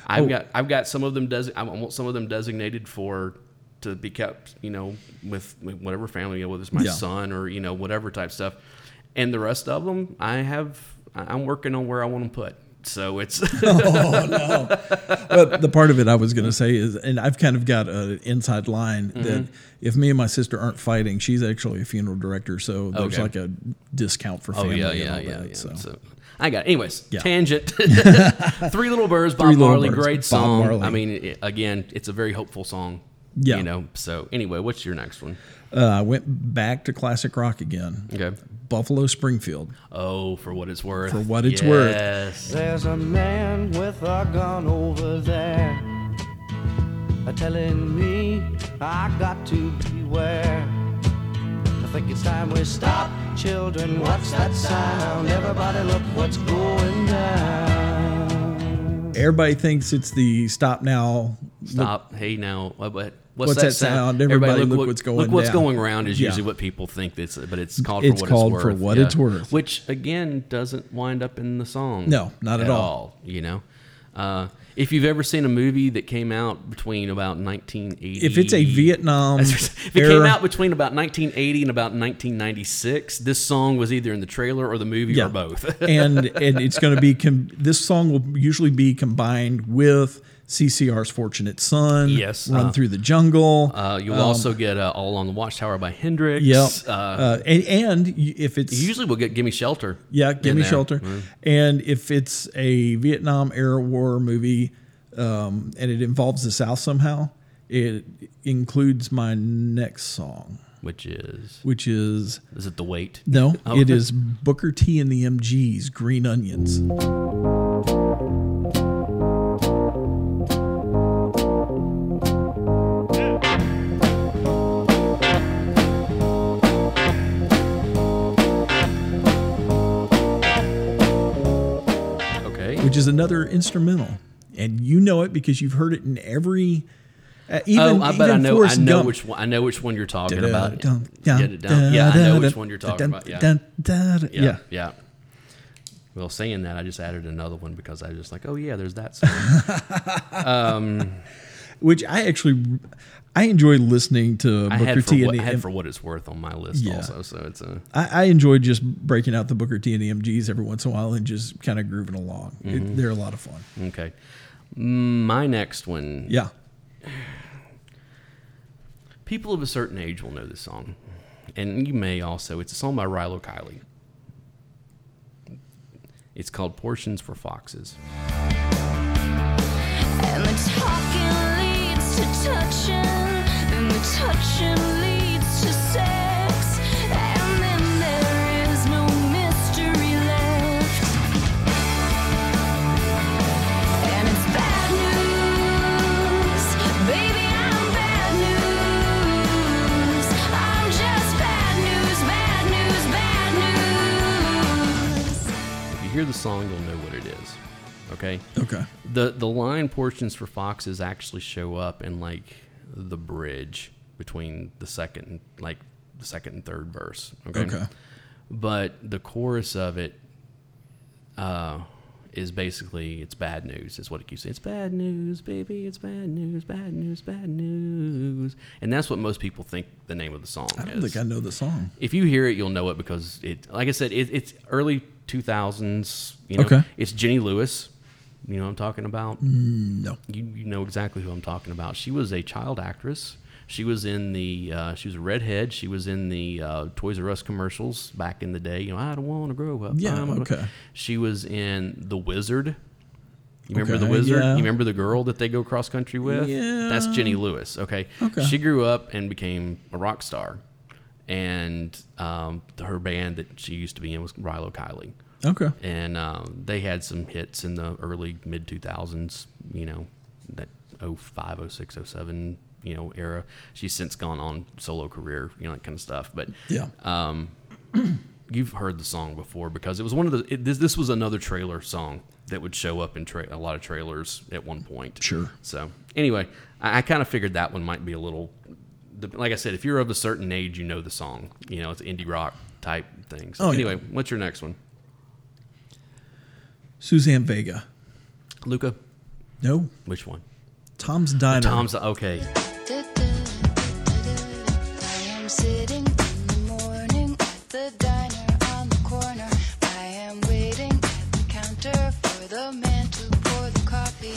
[SPEAKER 1] I've
[SPEAKER 2] Oh.
[SPEAKER 1] got I've got some of them des- I want some of them designated for to be kept. You know, with, with whatever family, you know, whether it's my
[SPEAKER 2] Yeah.
[SPEAKER 1] son on or you know whatever type stuff and the rest of them i have I- i'm working on where i want them put so
[SPEAKER 2] [laughs]
[SPEAKER 1] it's oh,
[SPEAKER 2] but the part of it I was going to say is, and I've kind of got an inside line
[SPEAKER 1] Mm-hmm.
[SPEAKER 2] that if me and my sister aren't fighting, she's actually a funeral director, so there's
[SPEAKER 1] Okay.
[SPEAKER 2] like a discount for
[SPEAKER 1] oh
[SPEAKER 2] family.
[SPEAKER 1] yeah
[SPEAKER 2] and
[SPEAKER 1] yeah
[SPEAKER 2] all
[SPEAKER 1] yeah,
[SPEAKER 2] that,
[SPEAKER 1] yeah.
[SPEAKER 2] So.
[SPEAKER 1] So. i got it. anyways
[SPEAKER 2] Yeah. [laughs]
[SPEAKER 1] tangent [laughs] three little birds bob
[SPEAKER 2] Little
[SPEAKER 1] marley
[SPEAKER 2] Birds,
[SPEAKER 1] great
[SPEAKER 2] Bob
[SPEAKER 1] song
[SPEAKER 2] Marley.
[SPEAKER 1] i mean i again it's a very hopeful song
[SPEAKER 2] Yeah.
[SPEAKER 1] you know so anyway what's your next one?
[SPEAKER 2] Uh, I went back to classic rock again.
[SPEAKER 1] okay
[SPEAKER 2] Buffalo Springfield.
[SPEAKER 1] oh for what it's worth
[SPEAKER 2] For what it's worth.
[SPEAKER 1] yes.
[SPEAKER 8] There's a man with a gun over there a telling me I got to beware. I think it's time we stop, children. What's that sound? Everybody, look what's going down.
[SPEAKER 2] Everybody thinks it's the stop now.
[SPEAKER 1] stop hey now what, what- What's,
[SPEAKER 2] What's
[SPEAKER 1] that,
[SPEAKER 2] that
[SPEAKER 1] sound?
[SPEAKER 2] sound? Everybody look what's going
[SPEAKER 1] Look what's
[SPEAKER 2] down.
[SPEAKER 1] going around is
[SPEAKER 2] Yeah.
[SPEAKER 1] usually what people think. That's but it's called
[SPEAKER 2] It's
[SPEAKER 1] for what
[SPEAKER 2] called
[SPEAKER 1] it's worth.
[SPEAKER 2] for what it's worth.
[SPEAKER 1] Which again doesn't wind up in the song.
[SPEAKER 2] No, not at all.
[SPEAKER 1] you know, uh, if you've ever seen a movie that came out between about 1980,
[SPEAKER 2] If it's
[SPEAKER 1] [laughs]
[SPEAKER 2] a Vietnam
[SPEAKER 1] if it came
[SPEAKER 2] era-
[SPEAKER 1] out between about 1980 and about 1996, this song was either in the trailer or the movie
[SPEAKER 2] Yeah.
[SPEAKER 1] or both. [laughs]
[SPEAKER 2] and and it's going to be com- this song will usually be combined with CCR's "Fortunate Son."
[SPEAKER 1] Yes,
[SPEAKER 2] "Run
[SPEAKER 1] uh,
[SPEAKER 2] Through the Jungle."
[SPEAKER 1] uh, you'll also get uh, "All on the Watchtower" by Hendrix.
[SPEAKER 2] Um, yep. Uh,
[SPEAKER 1] Uh,
[SPEAKER 2] and and y- if it's
[SPEAKER 1] usually we'll get "Gimme Shelter."
[SPEAKER 2] yeah,
[SPEAKER 1] in
[SPEAKER 2] give me
[SPEAKER 1] there. Mm-hmm.
[SPEAKER 2] shelter. And if it's a Vietnam era war movie, um, and it involves the South somehow, it includes my next song,
[SPEAKER 1] which is
[SPEAKER 2] which is
[SPEAKER 1] is it the weight?
[SPEAKER 2] no,
[SPEAKER 1] Oh.
[SPEAKER 2] it is Booker T and the MGs, "Green Onions."
[SPEAKER 1] Okay.
[SPEAKER 2] which is another instrumental, and you know it because you've heard it in every. Uh, even,
[SPEAKER 1] oh, I bet I
[SPEAKER 2] even
[SPEAKER 1] know. I
[SPEAKER 2] Forrest
[SPEAKER 1] know
[SPEAKER 2] Gump.
[SPEAKER 1] which one. I know which one you're talking about.
[SPEAKER 2] Dun,
[SPEAKER 1] Yeah,
[SPEAKER 2] dun,
[SPEAKER 1] dun, dun. Yeah, I know which one you're talking
[SPEAKER 2] dun,
[SPEAKER 1] about. Yeah.
[SPEAKER 2] dun, dun, dun.
[SPEAKER 1] yeah,
[SPEAKER 2] Yeah.
[SPEAKER 1] yeah. Well, saying that, I just added another one because I was just like, oh yeah, there's
[SPEAKER 2] [laughs]
[SPEAKER 1] that song.
[SPEAKER 2] which I actually, I enjoy listening to
[SPEAKER 1] I
[SPEAKER 2] Booker
[SPEAKER 1] had, for
[SPEAKER 2] T
[SPEAKER 1] what,
[SPEAKER 2] and
[SPEAKER 1] I
[SPEAKER 2] the.
[SPEAKER 1] had
[SPEAKER 2] M-
[SPEAKER 1] for what it's worth on my list
[SPEAKER 2] Yeah.
[SPEAKER 1] also. So it's a
[SPEAKER 2] I, I enjoy just breaking out the Booker T and the MGs every once in a while and just kind of grooving along. It-
[SPEAKER 1] Mm-hmm.
[SPEAKER 2] they're a lot of fun.
[SPEAKER 1] okay. My next one.
[SPEAKER 2] Yeah,
[SPEAKER 1] People of a certain age will know this song, and you may also. It's a song by Rilo Kiley. It's called "Portions for Foxes."
[SPEAKER 9] And the talking leads to touching, and the touching leads to sex, and then there is no mystery left. And it's bad news, baby. I'm bad news. I'm just bad news, bad news, bad news.
[SPEAKER 1] If you hear the song, you'll know what it is. Okay.
[SPEAKER 2] okay.
[SPEAKER 1] the the line portions for foxes actually show up in like the bridge between the second and like the second and third verse okay,
[SPEAKER 2] Okay.
[SPEAKER 1] but the chorus of it uh is basically it's bad news is what it keeps saying it's bad news baby it's bad news bad news bad news and that's what most people think the name of the song
[SPEAKER 2] I
[SPEAKER 1] is
[SPEAKER 2] don't think I know the song.
[SPEAKER 1] if you hear it, you'll know it because it, like I said, it, it's early 2000s. You know,
[SPEAKER 2] Okay.
[SPEAKER 1] it's Jenny Lewis. You know what I'm talking about?
[SPEAKER 2] Mm, No.
[SPEAKER 1] You, you know exactly who I'm talking about. She was a child actress. She was in the, uh, she was a redhead. She was in the uh, Toys R Us commercials back in the day. You know, I don't want to grow up.
[SPEAKER 2] Yeah,
[SPEAKER 1] I'm a-"
[SPEAKER 2] okay.
[SPEAKER 1] She was in The Wizard. You remember the
[SPEAKER 2] Okay,
[SPEAKER 1] wizard?
[SPEAKER 2] yeah.
[SPEAKER 1] You remember the girl that they go cross country with?
[SPEAKER 2] Yeah.
[SPEAKER 1] That's Jenny Lewis. Okay.
[SPEAKER 2] Okay.
[SPEAKER 1] She grew up and became a rock star. And um, her band that she used to be in was Rilo Kiley.
[SPEAKER 2] Okay.
[SPEAKER 1] and um, they had some hits in the early mid 2000s you know that 05 06 07 you know era she's since gone on solo career you know that kind of stuff but
[SPEAKER 2] Yeah.
[SPEAKER 1] you've heard the song before because it was one of the it, this, this was another trailer song that would show up in tra- a lot of trailers at one point
[SPEAKER 2] Sure.
[SPEAKER 1] so anyway i, I kind of figured that one might be a little the- like i said if you're of a certain age you know the song you know it's indie rock type things
[SPEAKER 2] Oh, yeah.
[SPEAKER 1] anyway what's your next one
[SPEAKER 2] Suzanne Vega.
[SPEAKER 1] luca
[SPEAKER 2] No.
[SPEAKER 1] which one
[SPEAKER 2] Tom's Diner.
[SPEAKER 1] tom's okay
[SPEAKER 9] I am sitting in the morning at the diner on the corner. I am waiting at the counter for the man to pour the coffee.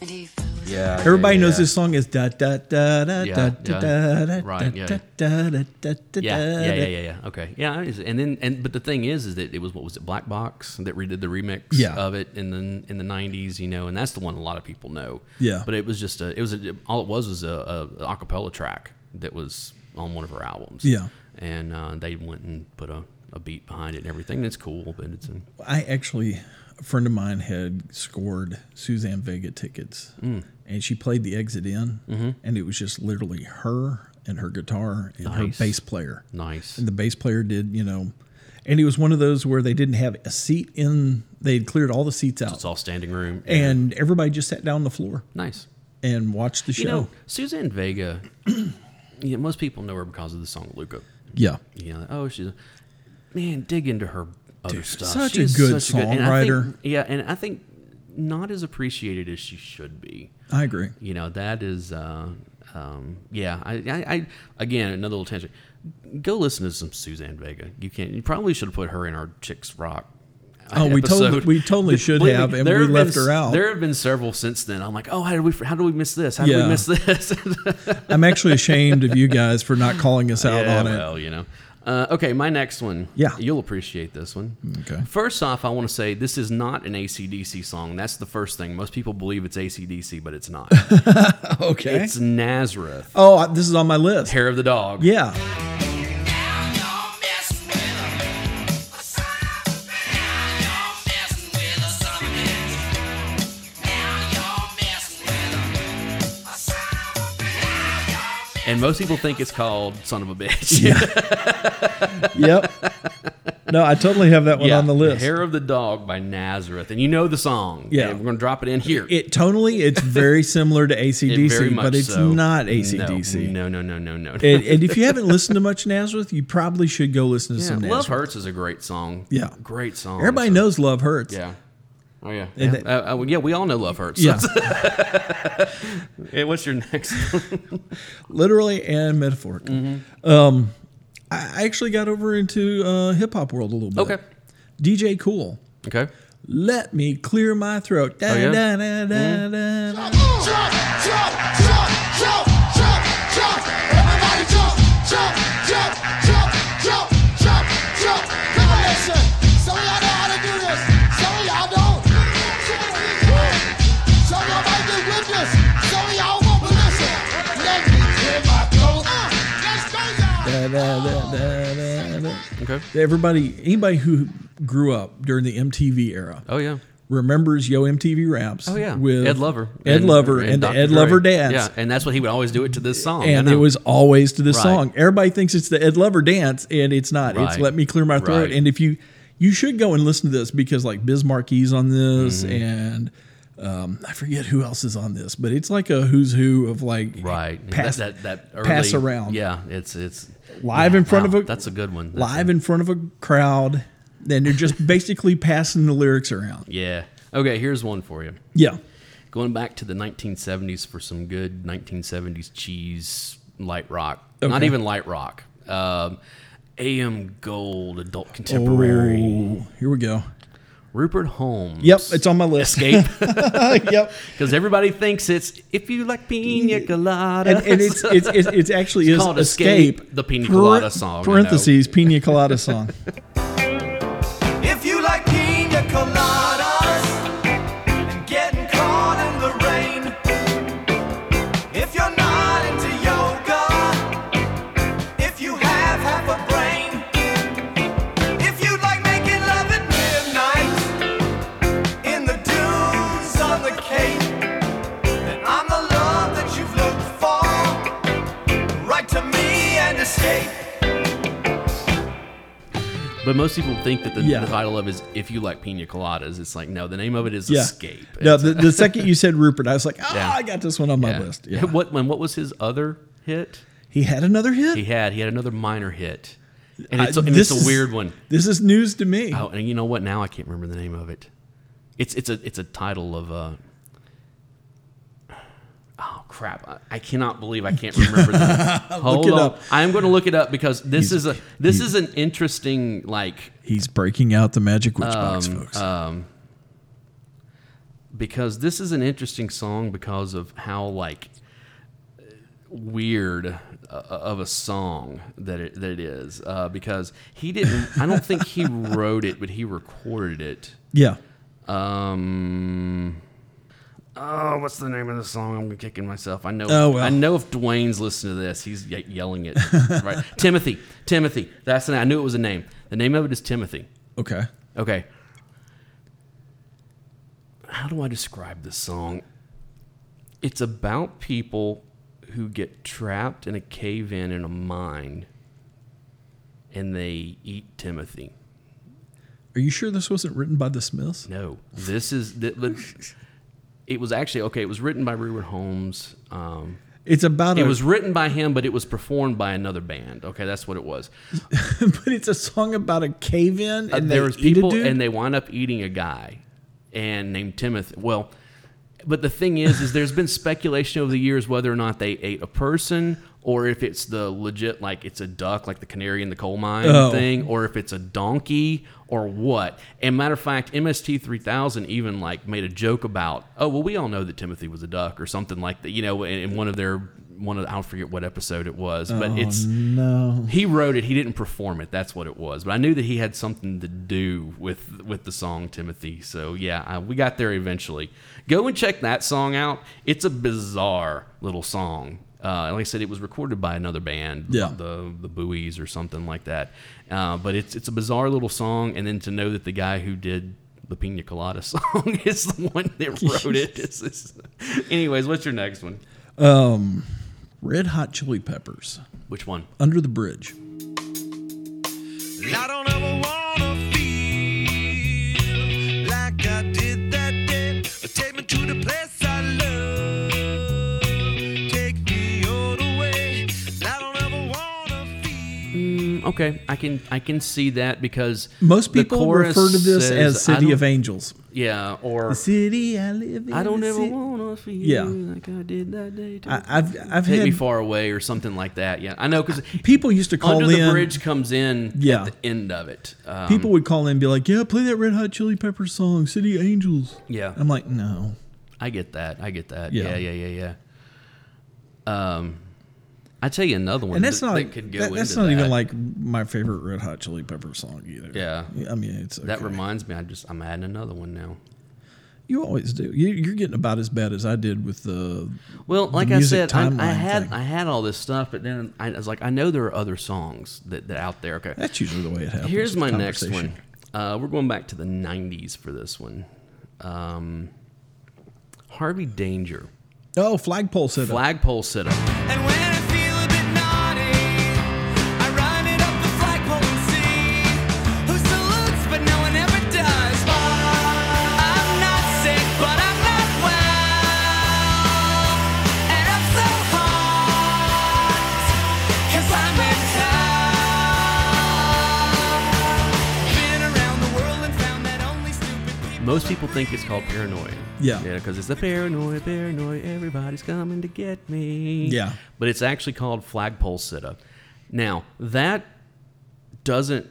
[SPEAKER 9] And he fills
[SPEAKER 5] Yeah.
[SPEAKER 2] Everybody
[SPEAKER 5] yeah,
[SPEAKER 2] knows
[SPEAKER 5] yeah.
[SPEAKER 2] this song is da da da da
[SPEAKER 1] Yeah,
[SPEAKER 2] da da
[SPEAKER 1] yeah.
[SPEAKER 2] da da
[SPEAKER 1] Right, yeah.
[SPEAKER 2] da da da da da
[SPEAKER 1] Yeah,
[SPEAKER 2] da.
[SPEAKER 1] yeah, yeah, yeah, yeah. Okay, yeah. it is- And then, and but the thing is, is that it was what was it, Black Box that redid the remix
[SPEAKER 2] Yeah.
[SPEAKER 1] of it in the in the '90s, you know, and that's the one a lot of people know.
[SPEAKER 2] Yeah.
[SPEAKER 1] But it was just a, it was a, all it was was a, a, a acapella track that was on one of her albums.
[SPEAKER 2] Yeah.
[SPEAKER 1] And uh, they went and put a, a beat behind it and everything. And it's cool, but it's an,
[SPEAKER 2] I actually, a friend of mine had scored Suzanne Vega tickets,
[SPEAKER 1] Mm.
[SPEAKER 2] and she played the exit in,
[SPEAKER 1] Mm-hmm.
[SPEAKER 2] and it was just literally her and her guitar and
[SPEAKER 1] Nice.
[SPEAKER 2] her bass player.
[SPEAKER 1] nice.
[SPEAKER 2] And the bass player did, you know, and it was one of those where they didn't have a seat in. They had cleared all the seats out,
[SPEAKER 1] It's all standing room
[SPEAKER 2] and everybody just sat down on the floor
[SPEAKER 1] nice.
[SPEAKER 2] and watched the show.
[SPEAKER 1] You know, Suzanne Vega. [clears throat] you know, most people know her because of the song Luca.
[SPEAKER 2] yeah,
[SPEAKER 1] you know, oh, she's man, dig into her other
[SPEAKER 2] Dude,
[SPEAKER 1] stuff.
[SPEAKER 2] such
[SPEAKER 1] She
[SPEAKER 2] a
[SPEAKER 1] is
[SPEAKER 2] good
[SPEAKER 1] and I think-
[SPEAKER 2] songwriter.
[SPEAKER 1] yeah, and I think not as appreciated as she should be.
[SPEAKER 2] I agree.
[SPEAKER 1] You know, that is, uh, um, yeah. I, I, I, again, another little tangent. Go listen to some Suzanne Vega. You can. You probably should have put her in our Chicks Rock.
[SPEAKER 2] Oh, we totally-
[SPEAKER 1] episode.
[SPEAKER 2] we totally should
[SPEAKER 1] Believe me,
[SPEAKER 2] have, and
[SPEAKER 1] there
[SPEAKER 2] we
[SPEAKER 1] have
[SPEAKER 2] left
[SPEAKER 1] been-
[SPEAKER 2] her out.
[SPEAKER 1] There have been several since then. I'm like, oh, how did we? How did we miss this? How did
[SPEAKER 2] Yeah.
[SPEAKER 1] we miss this? [laughs]
[SPEAKER 2] I'm actually ashamed of you guys for not calling us out
[SPEAKER 1] yeah,
[SPEAKER 2] on it.
[SPEAKER 1] well, you know. Uh, okay, my next one.
[SPEAKER 2] Yeah.
[SPEAKER 1] You'll appreciate this one.
[SPEAKER 2] Okay.
[SPEAKER 1] First off, I want to say this is not an ACDC song. That's the first thing. Most people believe it's ACDC, but it's
[SPEAKER 2] [laughs]
[SPEAKER 1] not.
[SPEAKER 2] Okay.
[SPEAKER 1] it's Nazareth,
[SPEAKER 2] oh, I- this is on my list.
[SPEAKER 1] Hair of the Dog.
[SPEAKER 2] Yeah.
[SPEAKER 1] And most people think it's called Son of a Bitch.
[SPEAKER 2] Yep. No, I totally have that one on the list.
[SPEAKER 1] Hair of the Dog by Nazareth. And you know the song.
[SPEAKER 2] Yeah.
[SPEAKER 1] And we're going to drop it in here.
[SPEAKER 2] It tonally, it's very similar to
[SPEAKER 1] It very
[SPEAKER 2] ACDC,
[SPEAKER 1] much
[SPEAKER 2] but it's
[SPEAKER 1] so.
[SPEAKER 2] not
[SPEAKER 1] No,
[SPEAKER 2] ACDC.
[SPEAKER 1] No, no, no, no, no. no.
[SPEAKER 2] And, and if you haven't listened to much Nazareth, you probably should go listen to
[SPEAKER 1] Yeah,
[SPEAKER 2] some
[SPEAKER 1] Love
[SPEAKER 2] Nazareth.
[SPEAKER 1] Hurts is a great song.
[SPEAKER 2] Yeah.
[SPEAKER 1] Great song.
[SPEAKER 2] Everybody
[SPEAKER 1] So-
[SPEAKER 2] knows Love Hurts.
[SPEAKER 1] Yeah. Oh yeah.
[SPEAKER 2] And
[SPEAKER 1] Yeah. uh, uh, yeah, we all know love hurts. [laughs]
[SPEAKER 2] Yeah.
[SPEAKER 1] Hey, what's your next? one?
[SPEAKER 2] Literally and metaphorically. Um,
[SPEAKER 1] Mm-hmm.
[SPEAKER 2] I I actually got over into uh, hip hop world a little bit.
[SPEAKER 1] [laughs] okay.
[SPEAKER 2] DJ Cool.
[SPEAKER 1] Okay.
[SPEAKER 2] Let me clear my throat. Da,
[SPEAKER 1] Oh, yeah? Mm-hmm.
[SPEAKER 2] da, da, da, da, da.
[SPEAKER 3] Jump, jump, jump, jump, jump, jump. Everybody jump, jump, jump, jump, jump, jump, jump. Come on, listen. Some of y'all know how to do this. Some of y'all don't. Some of y'all might get with this. Some of y'all won't, but listen. Let me clear my throat. Uh, Let's go, y'all.
[SPEAKER 2] Da, da, da, da, da, da.
[SPEAKER 1] Okay.
[SPEAKER 2] Everybody, anybody who grew up during the MTV era
[SPEAKER 1] Oh yeah.
[SPEAKER 2] remembers Yo MTV Raps.
[SPEAKER 1] Oh yeah.
[SPEAKER 2] with
[SPEAKER 1] Ed Lover.
[SPEAKER 2] Ed Lover, and, the
[SPEAKER 1] Dr.
[SPEAKER 2] Ed Lover
[SPEAKER 1] Dre.
[SPEAKER 2] dance.
[SPEAKER 1] Yeah, and that's what he would always do it to this song. I
[SPEAKER 2] And
[SPEAKER 1] know.
[SPEAKER 2] it was always to this
[SPEAKER 1] Oh, Right.
[SPEAKER 2] song. Everybody thinks it's the Ed Lover dance, and it's not. It's
[SPEAKER 1] Right.
[SPEAKER 2] "Let Me Clear My Throat."
[SPEAKER 1] Right.
[SPEAKER 2] And if you you should go and listen to this because like Biz Marquis on this,
[SPEAKER 1] Mm-hmm.
[SPEAKER 2] and um, I forget who else is on this, but it's like a who's who of like
[SPEAKER 1] right. And
[SPEAKER 2] pass-
[SPEAKER 1] that that, that early,
[SPEAKER 2] pass around.
[SPEAKER 1] Yeah, it's it's
[SPEAKER 2] Live
[SPEAKER 1] yeah,
[SPEAKER 2] in front
[SPEAKER 1] wow,
[SPEAKER 2] of a-
[SPEAKER 1] That's a good one. That's
[SPEAKER 2] live
[SPEAKER 1] a-
[SPEAKER 2] in front of a crowd. Then they're just basically passing the lyrics around.
[SPEAKER 1] yeah. Okay, here's one for you.
[SPEAKER 2] Yeah.
[SPEAKER 1] Going back to the 1970s for some good 1970s cheese light rock. Not
[SPEAKER 2] Okay.
[SPEAKER 1] even light rock. Um, AM Gold adult contemporary.
[SPEAKER 2] Oh, here we go.
[SPEAKER 1] Rupert Holmes.
[SPEAKER 2] Yep, it's on my
[SPEAKER 1] [laughs]
[SPEAKER 2] list. [laughs]
[SPEAKER 1] escape
[SPEAKER 2] yep.
[SPEAKER 1] because everybody thinks it's if you like pina colada
[SPEAKER 2] And,
[SPEAKER 1] [laughs]
[SPEAKER 2] and it's, it's, it's, it's actually is
[SPEAKER 1] called
[SPEAKER 2] escape,
[SPEAKER 1] Escape, the Pina
[SPEAKER 2] par-
[SPEAKER 1] Colada song, I know.
[SPEAKER 2] Parentheses, pina
[SPEAKER 1] [laughs]
[SPEAKER 2] colada song.
[SPEAKER 6] If you like pina coladas and getting caught in the rain, if you're not into yoga, if you have half a brain, if you like making love at midnight.
[SPEAKER 7] escape.
[SPEAKER 1] But most people think that the,
[SPEAKER 2] Yeah.
[SPEAKER 1] the title of it is "If You Like Pina Coladas." It's like no, the name of it is
[SPEAKER 2] Yeah.
[SPEAKER 1] "Escape."
[SPEAKER 2] No,
[SPEAKER 1] It's-
[SPEAKER 2] the,
[SPEAKER 1] [laughs]
[SPEAKER 2] the second you said Rupert, I was like, ah,
[SPEAKER 1] Yeah.
[SPEAKER 2] I got this one on my
[SPEAKER 1] yeah.
[SPEAKER 2] list. Yeah.
[SPEAKER 1] What when what was his other hit?
[SPEAKER 2] He had another hit.
[SPEAKER 1] He had he had another minor hit, and
[SPEAKER 2] I-
[SPEAKER 1] it's, and
[SPEAKER 2] this
[SPEAKER 1] it's a
[SPEAKER 2] is-
[SPEAKER 1] weird one.
[SPEAKER 2] This is news to me.
[SPEAKER 1] Oh, and you know what? Now I can't remember the name of it. It's it's a it's a title of uh Oh crap! I, I cannot believe I can't remember
[SPEAKER 2] [laughs]
[SPEAKER 1] that. Hold
[SPEAKER 2] it
[SPEAKER 1] on,
[SPEAKER 2] up.
[SPEAKER 1] I am going to look it up because this is a this is an interesting like
[SPEAKER 2] He's breaking out the magic witch
[SPEAKER 1] Um,
[SPEAKER 2] box, folks.
[SPEAKER 1] uh, because this is an interesting song because of how like weird uh, of a song that it, that it is uh, because he didn't I don't think he
[SPEAKER 2] [laughs]
[SPEAKER 1] wrote it but he recorded it
[SPEAKER 2] yeah.
[SPEAKER 1] Um. Oh, what's the name of the song? I'm kicking myself. I know.
[SPEAKER 2] Oh, well.
[SPEAKER 1] I know if Dwayne's listening to this, he's ye- yelling
[SPEAKER 2] [laughs]
[SPEAKER 1] it. right, Timothy. Timothy. That's the name. I knew it was a name. The name of it is Timothy.
[SPEAKER 2] Okay.
[SPEAKER 1] Okay. How do I describe this song? It's about people who get trapped in a cave in in a mine, and they eat Timothy.
[SPEAKER 2] Are you sure this wasn't written by the Smiths?
[SPEAKER 1] No, this is th- th- it was actually okay. It was written by Rupert Holmes. Um,
[SPEAKER 2] It's about
[SPEAKER 1] it
[SPEAKER 2] a,
[SPEAKER 1] was written by him, but it was performed by another band. Okay, that's what it was.
[SPEAKER 2] [laughs] but it's a song about a cave in and
[SPEAKER 1] Uh,
[SPEAKER 2] they
[SPEAKER 1] there was
[SPEAKER 2] eat a
[SPEAKER 1] people,
[SPEAKER 2] dude?
[SPEAKER 1] and they wind up eating a guy, and named Timothy. Well, but the thing is, is there's been speculation over the years whether or not they ate a person. Or if it's the legit, like it's a duck, like the canary in the coal mine
[SPEAKER 2] Oh.
[SPEAKER 1] thing, or if it's a donkey, or what. And matter of fact, MST 3000 even like made a joke about, oh well, we all know that Timothy was a duck or something like that, you know, in, in one of their one of I don't forget what episode it was, but
[SPEAKER 2] Oh,
[SPEAKER 1] it's
[SPEAKER 2] no.
[SPEAKER 1] he wrote it. He didn't perform it. That's what it was. But I knew that he had something to do with with the song Timothy. So yeah, I, we got there eventually. Go and check that song out. It's a bizarre little song. Uh, like I said, it was recorded by another band,
[SPEAKER 2] Yeah.
[SPEAKER 1] the the Buoys or something like that. Uh, but it's it's a bizarre little song. And then to know that the guy who did the Pina Colada [laughs] song is the one that wrote it. It's, it's, anyways, what's your next one?
[SPEAKER 2] Red Hot Chili Peppers,
[SPEAKER 1] Which one?
[SPEAKER 2] Under the Bridge.
[SPEAKER 7] I don't ever wanna feel like I did that day. Take me to the place I love. Take me all the way. I don't ever wanna feel.
[SPEAKER 1] Okay, I can I can see that because
[SPEAKER 2] Most
[SPEAKER 1] the
[SPEAKER 2] people
[SPEAKER 1] chorus
[SPEAKER 2] refer to this
[SPEAKER 1] says,
[SPEAKER 2] as
[SPEAKER 1] "I
[SPEAKER 2] City
[SPEAKER 1] don't-
[SPEAKER 2] of Angels.
[SPEAKER 1] Yeah, or
[SPEAKER 2] The city I live in.
[SPEAKER 1] I don't
[SPEAKER 2] the
[SPEAKER 1] ever
[SPEAKER 2] city-
[SPEAKER 1] wanna feel
[SPEAKER 2] Yeah.
[SPEAKER 1] like I did that day.
[SPEAKER 2] I, I've I've
[SPEAKER 1] Take
[SPEAKER 2] had
[SPEAKER 1] me far away or something like that. Yeah, I know because
[SPEAKER 2] people used to call
[SPEAKER 1] under
[SPEAKER 2] in.
[SPEAKER 1] the bridge comes in
[SPEAKER 2] Yeah.
[SPEAKER 1] at the end of it. Um,
[SPEAKER 2] People would call in and be like, "Yeah, play that Red Hot Chili Peppers song, City Angels."
[SPEAKER 1] Yeah.
[SPEAKER 2] I'm like, no.
[SPEAKER 1] I get that. I get that.
[SPEAKER 2] Yeah.
[SPEAKER 1] Yeah, yeah, yeah, yeah. Um, I tell you another one,
[SPEAKER 2] And that's
[SPEAKER 1] that,
[SPEAKER 2] not
[SPEAKER 1] that could go
[SPEAKER 2] that- that's
[SPEAKER 1] into
[SPEAKER 2] not
[SPEAKER 1] that.
[SPEAKER 2] even like my favorite Red Hot Chili Pepper song either.
[SPEAKER 1] Yeah.
[SPEAKER 2] I mean it's okay.
[SPEAKER 1] that. Reminds me, I just I'm adding another one now.
[SPEAKER 2] you always do. You, you're getting about as bad as I did with the
[SPEAKER 1] Well, like I
[SPEAKER 2] music
[SPEAKER 1] said, I, I
[SPEAKER 2] timeline
[SPEAKER 1] had
[SPEAKER 2] thing.
[SPEAKER 1] I had all this stuff, but then I was like, I know there are other songs that that are out there. Okay,
[SPEAKER 2] That's usually the way it happens.
[SPEAKER 1] Here's my
[SPEAKER 2] with
[SPEAKER 1] next one.
[SPEAKER 2] conversation.
[SPEAKER 1] Uh, we're going back to the '90s for this one. Um, Harvey Danger,
[SPEAKER 2] Oh, flagpole said
[SPEAKER 1] flagpole sit up.
[SPEAKER 7] And when I feel a bit naughty, I run it up the flagpole and see who salutes, but no one ever does. I'm not sick, but I'm not well, and I'm so hot 'cause I'm in hell. Been around the world and found that only stupid people.
[SPEAKER 1] Most people think it's called Paranoia.
[SPEAKER 2] Yeah.
[SPEAKER 1] yeah, because it's the paranoia, paranoia. Everybody's coming to get me.
[SPEAKER 2] Yeah.
[SPEAKER 1] but it's actually called flagpole sit up. Now that doesn't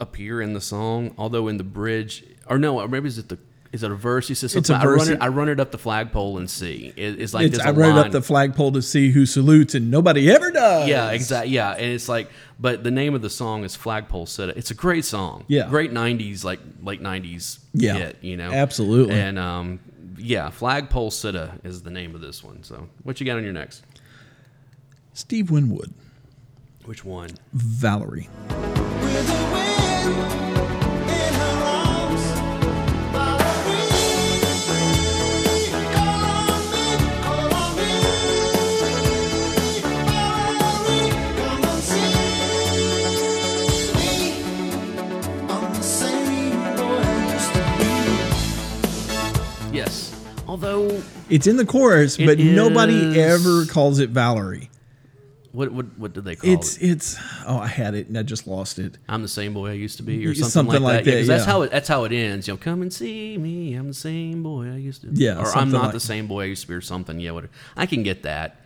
[SPEAKER 1] appear in the song, although in the bridge, or no, or maybe is it the is it a verse? He says
[SPEAKER 2] It's
[SPEAKER 1] something.
[SPEAKER 2] a
[SPEAKER 1] I run
[SPEAKER 2] verse.
[SPEAKER 1] it. I run it up the flagpole and see. It, it's like
[SPEAKER 2] it's,
[SPEAKER 1] this.
[SPEAKER 2] I rode
[SPEAKER 1] line.
[SPEAKER 2] up the flagpole to see who salutes, and nobody ever does.
[SPEAKER 1] Yeah, exactly. Yeah, and it's like, but the name of the song is Flagpole Sit Up. It's a great song.
[SPEAKER 2] Yeah.
[SPEAKER 1] great '90s like late '90s
[SPEAKER 2] Yeah.
[SPEAKER 1] hit. You know,
[SPEAKER 2] Absolutely.
[SPEAKER 1] And um, yeah, Flagpole Sit Up is the name of this one. So, what you got on your next?
[SPEAKER 2] Steve Winwood,
[SPEAKER 1] Which one?
[SPEAKER 2] Valerie.
[SPEAKER 3] With the wind in her arms, Valerie, call on me, call on me, Valerie, come and save
[SPEAKER 2] It's in the chorus,
[SPEAKER 1] It
[SPEAKER 2] but
[SPEAKER 1] is-
[SPEAKER 2] nobody ever calls it Valerie.
[SPEAKER 1] What what what did they call
[SPEAKER 2] It's
[SPEAKER 1] it?
[SPEAKER 2] it's oh I had it and I just lost it.
[SPEAKER 1] I'm the same boy I used to be, or
[SPEAKER 2] Yeah,
[SPEAKER 1] something, like,
[SPEAKER 2] something like
[SPEAKER 1] that.
[SPEAKER 2] that,
[SPEAKER 1] 'cause That's
[SPEAKER 2] yeah.
[SPEAKER 1] how it, that's how it ends. You know, come and see me. I'm the same boy I used to. be.
[SPEAKER 2] Yeah,
[SPEAKER 1] or I'm
[SPEAKER 2] something
[SPEAKER 1] not
[SPEAKER 2] like-
[SPEAKER 1] the same boy I used to be, or something. Yeah, whatever. I can get that.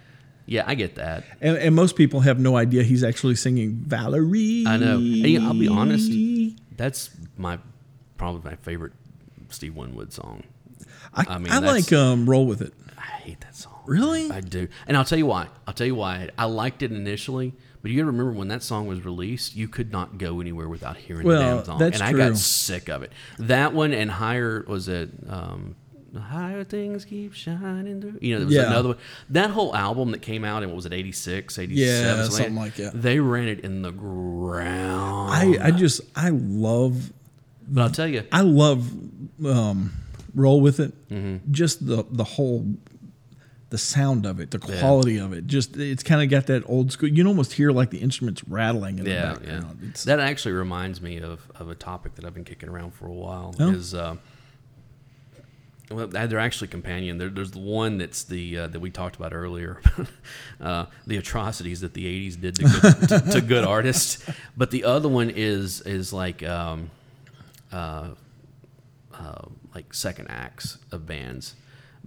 [SPEAKER 1] Yeah, I get that.
[SPEAKER 2] And, and most people have no idea he's actually singing Valerie.
[SPEAKER 1] I know. And,
[SPEAKER 2] E
[SPEAKER 1] you know, I'll be honest. That's my probably my favorite Steve Winwood song.
[SPEAKER 2] I,
[SPEAKER 1] I
[SPEAKER 2] I,
[SPEAKER 1] mean, that's-
[SPEAKER 2] like um, roll with it.
[SPEAKER 1] I hate that song.
[SPEAKER 2] Really?
[SPEAKER 1] I do. And I'll tell you why. I'll tell you why. I liked it initially, but you gotta remember when that song was released, you could not go anywhere without hearing
[SPEAKER 2] Well,
[SPEAKER 1] the damn song.
[SPEAKER 2] that's
[SPEAKER 1] and I
[SPEAKER 2] true.
[SPEAKER 1] got sick of it. That one and higher was it um Higher things keep shining through. You know, there was
[SPEAKER 2] Yeah.
[SPEAKER 1] another one. That whole album that came out in what was it, 86, 87?
[SPEAKER 2] Yeah, something like that.
[SPEAKER 1] They ran it in the ground.
[SPEAKER 2] I, I just I love
[SPEAKER 1] but I'll tell you,
[SPEAKER 2] I love um, roll with it.
[SPEAKER 1] Mm-hmm.
[SPEAKER 2] Just the the whole the sound of it, the quality of it. Just it's kind of got that old school. You can almost hear like the instruments rattling in
[SPEAKER 1] yeah,
[SPEAKER 2] the
[SPEAKER 1] yeah.
[SPEAKER 2] background. It's,
[SPEAKER 1] That actually reminds me of, of a topic that I've been kicking around for a while.
[SPEAKER 2] Oh.
[SPEAKER 1] Is uh, well, they're actually companion. There, there's the one that's the uh, that we talked about earlier, [laughs] uh, the atrocities that the '80s did to good, to, to
[SPEAKER 2] [laughs]
[SPEAKER 1] good artists. But the other one is is like um, uh, like second acts of bands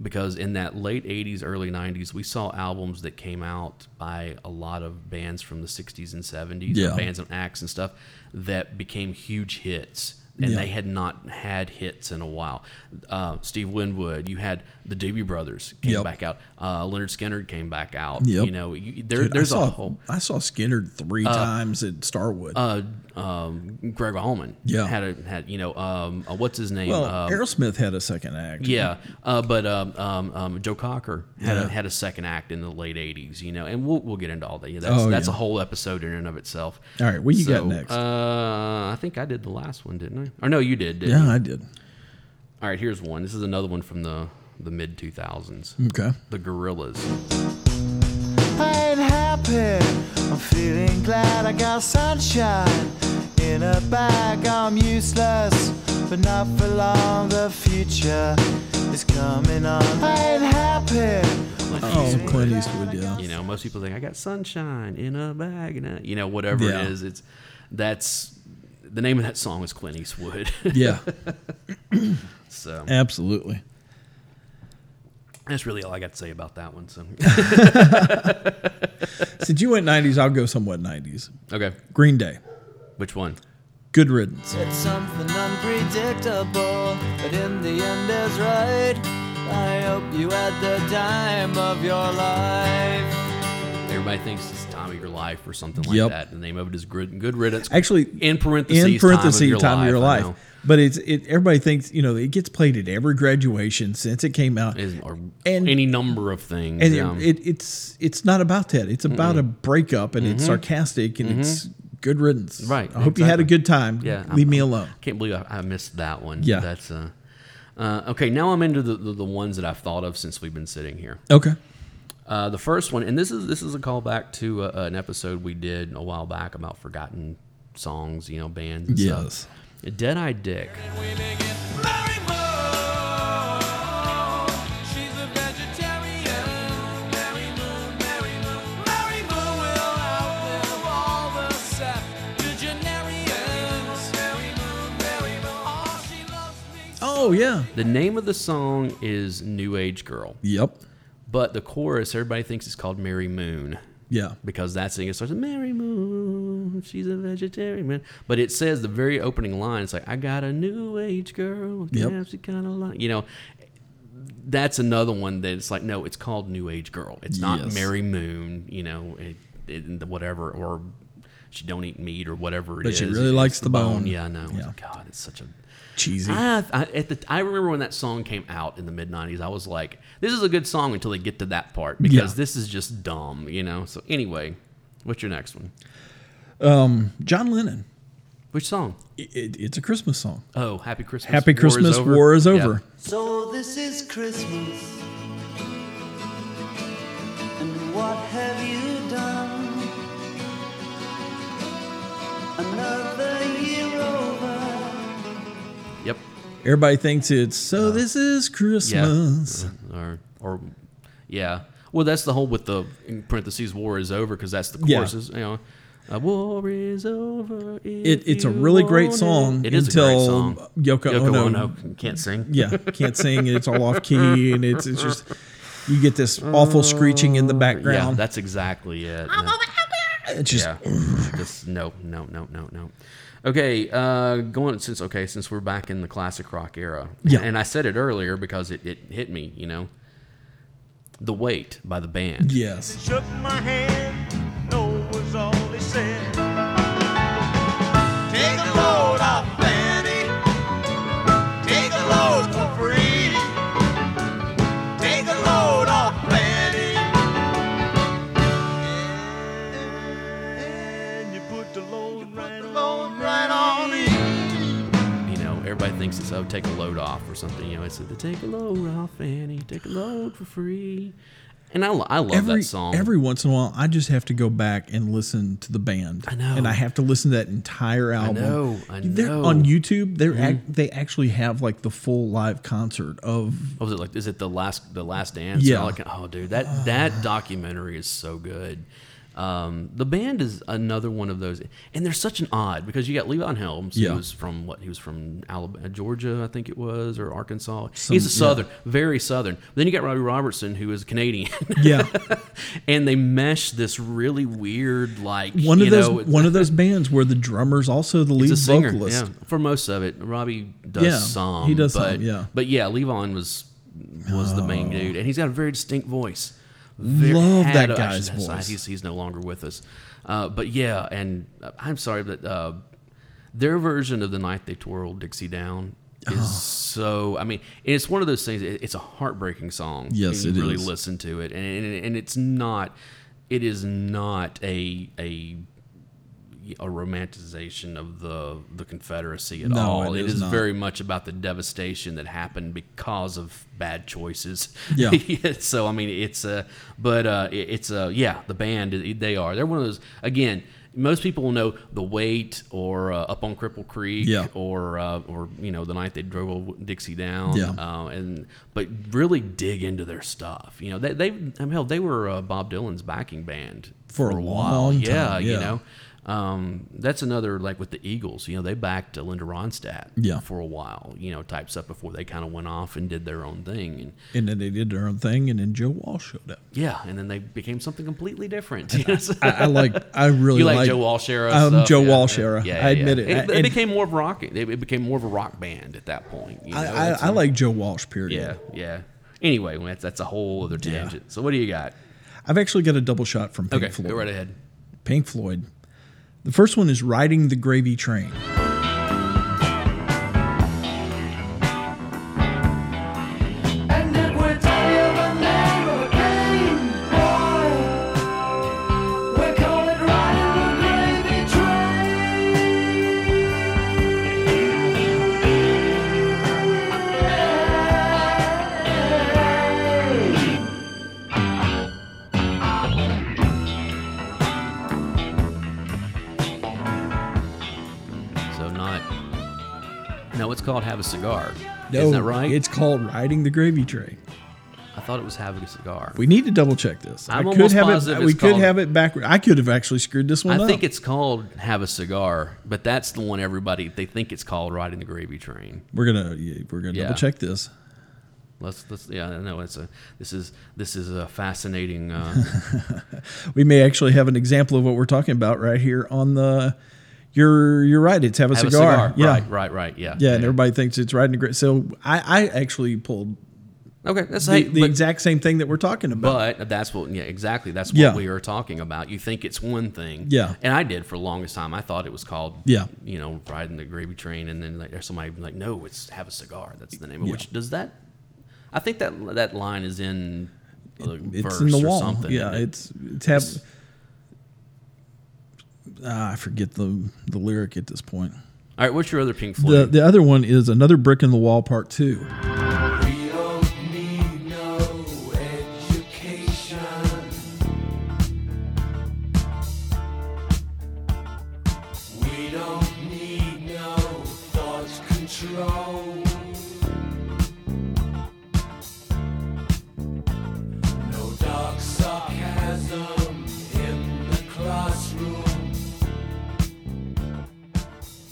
[SPEAKER 1] because in that late 80s early 90s we saw albums that came out by a lot of bands from the 60s and 70s
[SPEAKER 2] Yeah.
[SPEAKER 1] and bands and acts and stuff that became huge hits and
[SPEAKER 2] Yeah.
[SPEAKER 1] they had not had hits in a while uh, steve winwood you had the doobie brothers came
[SPEAKER 2] Yep.
[SPEAKER 1] back out uh, leonard skinner came back out
[SPEAKER 2] Yep.
[SPEAKER 1] you know you, there,
[SPEAKER 2] Dude,
[SPEAKER 1] there's
[SPEAKER 2] I saw,
[SPEAKER 1] a whole
[SPEAKER 2] I saw Skinner three times at Starwood.
[SPEAKER 1] uh, um, greg allman
[SPEAKER 2] Yeah.
[SPEAKER 1] had a had you know um, uh, what's his name
[SPEAKER 2] well,
[SPEAKER 1] Um,
[SPEAKER 2] Aerosmith had a second act.
[SPEAKER 1] Yeah, uh, but um, um, um, Joe Cocker had, a,
[SPEAKER 2] Yeah.
[SPEAKER 1] had a second act in the late '80s, you know, and we'll, we'll get into all that. That's
[SPEAKER 2] Oh,
[SPEAKER 1] that's
[SPEAKER 2] yeah.
[SPEAKER 1] a whole episode in and of itself.
[SPEAKER 2] All right, what you got next?
[SPEAKER 1] Uh, I think I did the last one, didn't I? Or no, you did. Didn't
[SPEAKER 2] Yeah,
[SPEAKER 1] you?
[SPEAKER 2] I did.
[SPEAKER 1] All right, here's one. This is another one from the the mid 2000s.
[SPEAKER 2] Okay.
[SPEAKER 1] The Gorillas.
[SPEAKER 3] I'm happy. I'm feeling glad I got sunshine in a bag. I'm useless, but not for long. The future is coming on. I'm happy.
[SPEAKER 2] Oh, Clint Eastwood. Yeah.
[SPEAKER 1] You know, most people think I got sunshine in a bag, and I, you know, whatever
[SPEAKER 2] Yeah.
[SPEAKER 1] it is, it's that's the name of that song is Clint Eastwood. [laughs]
[SPEAKER 2] Yeah.
[SPEAKER 1] [coughs] so
[SPEAKER 2] Absolutely.
[SPEAKER 1] that's really all I got to say about that one.
[SPEAKER 2] [laughs]
[SPEAKER 1] So
[SPEAKER 2] Since you went '90s, I'll go somewhat '90s.
[SPEAKER 1] okay,
[SPEAKER 2] Green Day.
[SPEAKER 1] which one?
[SPEAKER 2] Good riddance.
[SPEAKER 8] It's something unpredictable, but in the end is right. I hope you had the time of your life.
[SPEAKER 1] Everybody thinks it's time of your life or something like
[SPEAKER 2] Yep.
[SPEAKER 1] that. The name of it is good, good riddance.
[SPEAKER 2] Actually,
[SPEAKER 1] in parentheses,
[SPEAKER 2] in parentheses, time of your
[SPEAKER 1] I
[SPEAKER 2] life.
[SPEAKER 1] know.
[SPEAKER 2] But it's it. Everybody thinks you know it gets played at every graduation since it came out,
[SPEAKER 1] Is- or
[SPEAKER 2] And-
[SPEAKER 1] any number of things.
[SPEAKER 2] and
[SPEAKER 1] um,
[SPEAKER 2] it, it, it's it's not about that. It's about a breakup, and it's sarcastic, and it's good riddance.
[SPEAKER 1] Mm-hmm. Right,
[SPEAKER 2] I hope you had a
[SPEAKER 1] exactly.
[SPEAKER 2] good time.
[SPEAKER 1] yeah, I'm-
[SPEAKER 2] Leave me
[SPEAKER 1] I'm-
[SPEAKER 2] alone.
[SPEAKER 1] Can't believe I, I missed that one.
[SPEAKER 2] Yeah.
[SPEAKER 1] that's uh, uh, okay. Now I'm into the, the the ones that I've thought of since we've been sitting here.
[SPEAKER 2] Okay.
[SPEAKER 1] Uh, the first one, and this is this is a callback to uh, an episode we did a while back about forgotten songs, you know, bands. And
[SPEAKER 2] Yes.
[SPEAKER 1] Stuff. Dead Eye Dick.
[SPEAKER 7] Mary Moon, she's a vegetarian. Mary Moon, Mary Moon, Mary Moon will outlive all the septuagenarians. Mary Moon, Mary Moon, all she loves me.
[SPEAKER 2] Oh yeah.
[SPEAKER 1] The name of the song is New Age Girl,
[SPEAKER 2] Yep.
[SPEAKER 1] but the chorus everybody thinks it's called Mary Moon.
[SPEAKER 2] Yeah.
[SPEAKER 1] because that singer starts Mary Moon, she's a vegetarian. But it says the very opening line, it's like I got a new age girl,
[SPEAKER 2] Yep.
[SPEAKER 1] yeah, she kind of like you know. That's another one that it's like no, it's called New Age Girl. It's not
[SPEAKER 2] Yes.
[SPEAKER 1] Mary Moon, you know, it, it, whatever or she don't eat meat or whatever it
[SPEAKER 2] But
[SPEAKER 1] is.
[SPEAKER 2] she really
[SPEAKER 1] It's
[SPEAKER 2] likes the bone.
[SPEAKER 1] Yeah, I know.
[SPEAKER 2] Yeah.
[SPEAKER 1] God, it's such a
[SPEAKER 2] Cheesy.
[SPEAKER 1] I, I, at the, I remember when that song came out in the mid 90s, I was like, this is a good song until they get to that part because
[SPEAKER 2] Yeah.
[SPEAKER 1] this is just dumb, you know? So, anyway, what's your next one?
[SPEAKER 2] John Lennon.
[SPEAKER 1] Which song?
[SPEAKER 2] It, it- it's a Christmas song.
[SPEAKER 1] Oh, Happy Christmas.
[SPEAKER 2] Happy
[SPEAKER 1] War is
[SPEAKER 2] Christmas.
[SPEAKER 1] Over.
[SPEAKER 2] War is
[SPEAKER 1] Yeah.
[SPEAKER 2] over.
[SPEAKER 6] So this is Christmas. And what have you done? Another year over.
[SPEAKER 1] Yep.
[SPEAKER 2] Everybody thinks it's so. this is
[SPEAKER 1] Yeah. Uh,
[SPEAKER 2] Christmas.
[SPEAKER 1] Or or yeah. Well, that's the whole with the in parentheses war is over because that's the
[SPEAKER 2] Yeah.
[SPEAKER 1] chorus. Is, you know, uh, war is over.
[SPEAKER 2] It,
[SPEAKER 1] if
[SPEAKER 2] it's a
[SPEAKER 1] you
[SPEAKER 2] really great
[SPEAKER 1] want
[SPEAKER 2] song
[SPEAKER 1] It It is
[SPEAKER 2] until
[SPEAKER 1] a great song.
[SPEAKER 2] Yoko, Ono.
[SPEAKER 1] can't sing.
[SPEAKER 2] Yeah, can't sing and it's all off key and it's it's just you get this awful screeching in the
[SPEAKER 1] Oh, yeah,
[SPEAKER 2] background.
[SPEAKER 1] that's exactly it. No.
[SPEAKER 2] it's just
[SPEAKER 1] yeah. [laughs] Just no, no, no, no, no. Okay, uh, going since okay, since we're back in the classic rock era.
[SPEAKER 2] Yeah.
[SPEAKER 1] And I said it earlier because it, it hit me, you know. The Wait by the band.
[SPEAKER 2] yes.
[SPEAKER 10] shook my hand. No was all they said. Take a load off Fanny. Take a load for free. Take a load off Fanny. And you put the load right on me.
[SPEAKER 1] You know, everybody thinks it's oh take a load off or something. You know, it's the take a load off, Annie, take a load for free. And I, lo- I love
[SPEAKER 2] Every
[SPEAKER 1] that song.
[SPEAKER 2] every once in a while I just have to go back and listen to the band. I
[SPEAKER 1] know.
[SPEAKER 2] And I have to listen to that entire album.
[SPEAKER 1] know, I
[SPEAKER 2] They're
[SPEAKER 1] know. Mm-hmm.
[SPEAKER 2] on YouTube. They're ac- they actually have like the full live concert of
[SPEAKER 1] What was it like? Is it the last the last dance?
[SPEAKER 2] Yeah.
[SPEAKER 1] Like, oh, dude, that that documentary is so good. Um, the band is another one of those, and they're such an odd because you got Levon Helms,
[SPEAKER 2] Yeah.
[SPEAKER 1] who was from what he was from Alabama, Georgia, I think it was, or Arkansas.
[SPEAKER 2] Some-
[SPEAKER 1] He's a
[SPEAKER 2] yeah.
[SPEAKER 1] Southern, very Southern. Then you got Robbie Robertson, who is Canadian, [laughs]
[SPEAKER 2] Yeah.
[SPEAKER 1] and they mesh this really weird, like
[SPEAKER 2] One of
[SPEAKER 1] you
[SPEAKER 2] those
[SPEAKER 1] know, it's- [laughs]
[SPEAKER 2] one of those bands where the drummer's also the
[SPEAKER 1] He's
[SPEAKER 2] lead
[SPEAKER 1] a singer,
[SPEAKER 2] vocalist.
[SPEAKER 1] yeah. For most of it, Robbie does
[SPEAKER 2] Yeah,
[SPEAKER 1] some.
[SPEAKER 2] he does
[SPEAKER 1] but,
[SPEAKER 2] some, yeah. Oh.
[SPEAKER 1] But yeah, Levon was was the main dude, and he's got a very distinct voice. Very,
[SPEAKER 2] Love
[SPEAKER 1] had
[SPEAKER 2] that
[SPEAKER 1] a-
[SPEAKER 2] guy's
[SPEAKER 1] actually, that's-
[SPEAKER 2] voice.
[SPEAKER 1] He's, he's no longer with us, uh, but yeah, and uh, I'm sorry, but uh, their version of the night they twirled Dixie Down is
[SPEAKER 2] Uh-huh.
[SPEAKER 1] so. I mean, it's one of those things. it- It's a heartbreaking song.
[SPEAKER 2] Yes,
[SPEAKER 1] and
[SPEAKER 2] it
[SPEAKER 1] you really
[SPEAKER 2] is.
[SPEAKER 1] listen to it, and, and and it's not. It is not a a a romanticization of the the Confederacy at
[SPEAKER 2] No,
[SPEAKER 1] all.
[SPEAKER 2] it
[SPEAKER 1] It
[SPEAKER 2] is
[SPEAKER 1] is,
[SPEAKER 2] not.
[SPEAKER 1] very much about the devastation that happened because of bad choices.
[SPEAKER 2] Yeah.
[SPEAKER 1] [laughs] so I mean, it's a but uh, it- it's a yeah. The band it- they are they're one of those again. Most people will know the Wait or uh, Up on Cripple Creek
[SPEAKER 2] Yeah.
[SPEAKER 1] or uh, or you know the night they drove Dixie down.
[SPEAKER 2] Yeah.
[SPEAKER 1] Uh, and but really dig into their stuff. You know they they I mean, hell they were uh, Bob Dylan's backing band
[SPEAKER 2] For a long
[SPEAKER 1] yeah,
[SPEAKER 2] time, yeah.
[SPEAKER 1] you know. Um, that's another like with the Eagles, you know, they backed Linda Ronstadt
[SPEAKER 2] Yeah.
[SPEAKER 1] for a while, you know, type stuff before they kind of went off and did their own thing. And
[SPEAKER 2] And then they did their own thing and then Joe Walsh showed up.
[SPEAKER 1] yeah, and then they became something completely different. [laughs] Yes.
[SPEAKER 2] I, I like I really
[SPEAKER 1] you like,
[SPEAKER 2] like
[SPEAKER 1] Joe Walsh era?
[SPEAKER 2] I'm
[SPEAKER 1] stuff?
[SPEAKER 2] Joe
[SPEAKER 1] yeah,
[SPEAKER 2] Walsh
[SPEAKER 1] yeah,
[SPEAKER 2] era.
[SPEAKER 1] Yeah,
[SPEAKER 2] I
[SPEAKER 1] yeah,
[SPEAKER 2] admit
[SPEAKER 1] yeah.
[SPEAKER 2] it.
[SPEAKER 1] It,
[SPEAKER 2] I-
[SPEAKER 1] it
[SPEAKER 2] and-
[SPEAKER 1] became more of a rock. It, it became more of a rock band at that point. you
[SPEAKER 2] I,
[SPEAKER 1] know,
[SPEAKER 2] I,
[SPEAKER 1] that's
[SPEAKER 2] I
[SPEAKER 1] when-
[SPEAKER 2] like Joe Walsh period.
[SPEAKER 1] Yeah, yeah. Anyway, well, that's that's a whole other tangent. So what do you got?
[SPEAKER 2] I've actually got a double shot from Pink
[SPEAKER 1] Okay,
[SPEAKER 2] Floyd.
[SPEAKER 1] go right ahead.
[SPEAKER 2] Pink Floyd. The first one is Riding the Gravy Train.
[SPEAKER 7] And it would tell you the name of the game, boy. We call it riding the gravy train.
[SPEAKER 1] So not. No, it's called Have a Cigar.
[SPEAKER 2] No,
[SPEAKER 1] Isn't that right?
[SPEAKER 2] It's called Riding the Gravy Train.
[SPEAKER 1] I thought it was having a cigar.
[SPEAKER 2] We need to double check this.
[SPEAKER 1] I'm
[SPEAKER 2] I could
[SPEAKER 1] almost
[SPEAKER 2] have
[SPEAKER 1] positive
[SPEAKER 2] it.
[SPEAKER 1] it's
[SPEAKER 2] We could
[SPEAKER 1] called-
[SPEAKER 2] have it backward. I could have actually screwed this one
[SPEAKER 1] I
[SPEAKER 2] up.
[SPEAKER 1] think it's called "Have a Cigar," but that's the one everybody they think it's called "Riding the Gravy Train."
[SPEAKER 2] we're gonna yeah, we're gonna
[SPEAKER 1] Yeah.
[SPEAKER 2] double check this.
[SPEAKER 1] Let's, let's yeah, I know it's a this is this is a fascinating.
[SPEAKER 2] [laughs]
[SPEAKER 1] Uh,
[SPEAKER 2] We may actually have an example of what we're talking about right here on the. You're you're right. It's have a
[SPEAKER 1] have
[SPEAKER 2] cigar.
[SPEAKER 1] a cigar,
[SPEAKER 2] Yeah,
[SPEAKER 1] right, right, right, yeah,
[SPEAKER 2] yeah. And everybody thinks it's riding the gravy. So I I actually pulled
[SPEAKER 1] Okay, that's
[SPEAKER 2] the,
[SPEAKER 1] hey,
[SPEAKER 2] the
[SPEAKER 1] but,
[SPEAKER 2] exact same thing that we're talking about.
[SPEAKER 1] but that's what yeah exactly that's what
[SPEAKER 2] Yeah.
[SPEAKER 1] we are talking about. You think it's one thing,
[SPEAKER 2] Yeah.
[SPEAKER 1] and I did for the longest time. I thought it was called
[SPEAKER 2] Yeah.
[SPEAKER 1] you know, riding the gravy train, and then like there's somebody like, no, it's have a cigar. That's the name of
[SPEAKER 2] Yeah.
[SPEAKER 1] which does that. I think that that line is in. a
[SPEAKER 2] it's
[SPEAKER 1] verse
[SPEAKER 2] in the
[SPEAKER 1] or
[SPEAKER 2] wall.
[SPEAKER 1] something,
[SPEAKER 2] yeah,
[SPEAKER 1] isn't it?
[SPEAKER 2] it's it's have. Ah, I forget the the lyric at this point.
[SPEAKER 1] All right, what's your other Pink Floyd?
[SPEAKER 2] The the other one is another brick in the wall, part two.
[SPEAKER 6] We don't need no education. We don't need no thought control.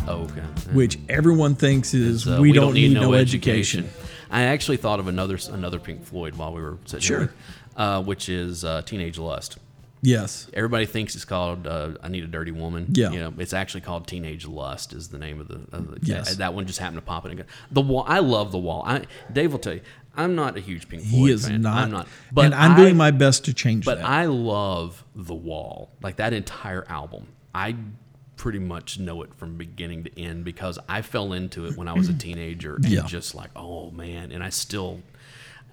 [SPEAKER 1] Oh, okay.
[SPEAKER 2] which everyone thinks is
[SPEAKER 1] uh,
[SPEAKER 2] we, don't, need, no education.
[SPEAKER 1] I actually thought of another another Pink Floyd while we were sitting
[SPEAKER 2] Sure.
[SPEAKER 1] here, uh, which is uh, Teenage Lust.
[SPEAKER 2] Yes.
[SPEAKER 1] Everybody thinks it's called uh, "I Need a Dirty Woman."
[SPEAKER 2] Yeah.
[SPEAKER 1] you know, it's actually called "Teenage Lust" is the name of the. Of the uh,
[SPEAKER 2] Yes.
[SPEAKER 1] that one just happened to pop in. and go- The wall. I love the wall. I Dave will tell you, I'm not a huge Pink Floyd
[SPEAKER 2] He is
[SPEAKER 1] fan.
[SPEAKER 2] not.
[SPEAKER 1] I'm not. But
[SPEAKER 2] and I'm
[SPEAKER 1] I-
[SPEAKER 2] doing my best to change
[SPEAKER 1] But
[SPEAKER 2] that.
[SPEAKER 1] I love the wall, like that entire album. I pretty much know it from beginning to end because I fell into it when I was
[SPEAKER 2] [clears throat]
[SPEAKER 1] a teenager and
[SPEAKER 2] Yeah.
[SPEAKER 1] just like, oh man, and I still,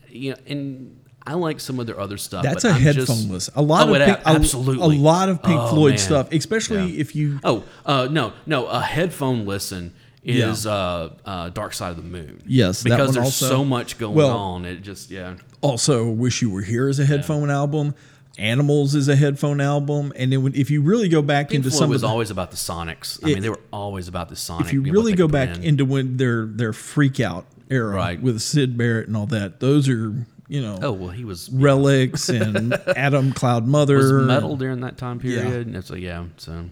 [SPEAKER 1] you know, and I like some of their other stuff.
[SPEAKER 2] That's
[SPEAKER 1] Um, but
[SPEAKER 2] a
[SPEAKER 1] I'm just-
[SPEAKER 2] headphone list. A lot
[SPEAKER 1] Oh,
[SPEAKER 2] of
[SPEAKER 1] it-
[SPEAKER 2] Pink, a,
[SPEAKER 1] absolutely
[SPEAKER 2] a lot of Pink
[SPEAKER 1] Oh,
[SPEAKER 2] Floyd
[SPEAKER 1] man.
[SPEAKER 2] stuff, especially
[SPEAKER 1] Yeah.
[SPEAKER 2] if you
[SPEAKER 1] Oh uh, no, no, a headphone listen
[SPEAKER 2] Yeah.
[SPEAKER 1] is uh, uh, Dark Side of the Moon.
[SPEAKER 2] Yes, that
[SPEAKER 1] because
[SPEAKER 2] one
[SPEAKER 1] there's
[SPEAKER 2] also.
[SPEAKER 1] so much going
[SPEAKER 2] Well-
[SPEAKER 1] on. It just yeah.
[SPEAKER 2] also wish you were here as a headphone album. Animals is a headphone album, and then when, if you really go back
[SPEAKER 1] Pink
[SPEAKER 2] into
[SPEAKER 1] Floyd
[SPEAKER 2] some
[SPEAKER 1] was
[SPEAKER 2] of the,
[SPEAKER 1] always about the Sonics. I
[SPEAKER 2] It-
[SPEAKER 1] mean, they were always about the Sonics.
[SPEAKER 2] if you really go back into when their their freak out era
[SPEAKER 1] Right.
[SPEAKER 2] with Sid Barrett and all that, those are you know
[SPEAKER 1] Oh well, he was [laughs]
[SPEAKER 2] relics and Adam Cloud Mother
[SPEAKER 1] was
[SPEAKER 2] and-
[SPEAKER 1] metal during that time period. And so yeah, so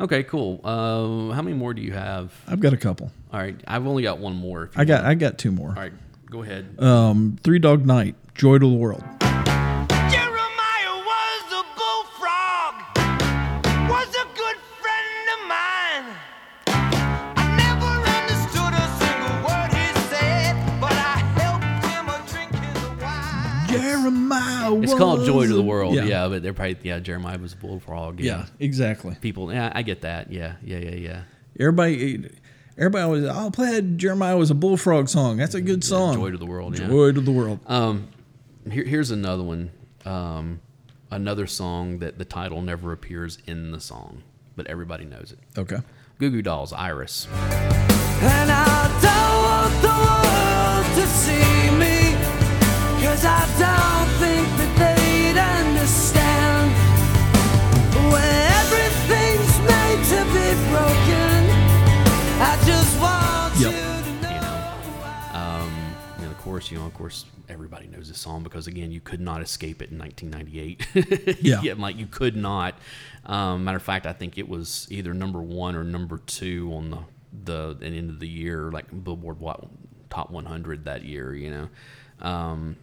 [SPEAKER 1] okay, cool. Uh, how many more do you have?
[SPEAKER 2] I've got a couple.
[SPEAKER 1] All right, I've only got one more. If you
[SPEAKER 2] I got
[SPEAKER 1] want.
[SPEAKER 2] I got two more.
[SPEAKER 1] All right, go ahead.
[SPEAKER 2] Um, Three Dog Night, Joy to the World.
[SPEAKER 7] Jeremiah was a bullfrog, was a good friend of mine. I never understood a single word he said, but I helped him a drink his wine.
[SPEAKER 2] Jeremiah.
[SPEAKER 1] It's called
[SPEAKER 2] was
[SPEAKER 1] Joy to the
[SPEAKER 2] a-
[SPEAKER 1] World. Yeah, but they're probably yeah. Jeremiah was a bullfrog. Yeah.
[SPEAKER 2] yeah, exactly.
[SPEAKER 1] People, yeah, I get that. Yeah, yeah, yeah, yeah.
[SPEAKER 2] Everybody, everybody always, I'll play that Jeremiah was a bullfrog song. That's a good song.
[SPEAKER 1] Joy to the world. Yeah.
[SPEAKER 2] Joy to the world.
[SPEAKER 1] Um, here, here's another one. Um, another song that the title never appears in the song, but everybody knows it.
[SPEAKER 2] okay.
[SPEAKER 1] Goo Goo Dolls, Iris.
[SPEAKER 7] And I don't want the world to see me. Cause I don't think that they'd understand. When everything's made to be broken, I just want
[SPEAKER 2] Yep.
[SPEAKER 7] you to
[SPEAKER 1] You
[SPEAKER 7] know.
[SPEAKER 1] know, um, and of course, you know, of course, everybody knows this song because again, you could not escape it in [laughs] 1998.
[SPEAKER 2] Yeah.
[SPEAKER 1] like you could not. Um, matter of fact, I think it was either number one or number two on the the at end of the year, like Billboard Wa- Top 100 that year. You know. Um,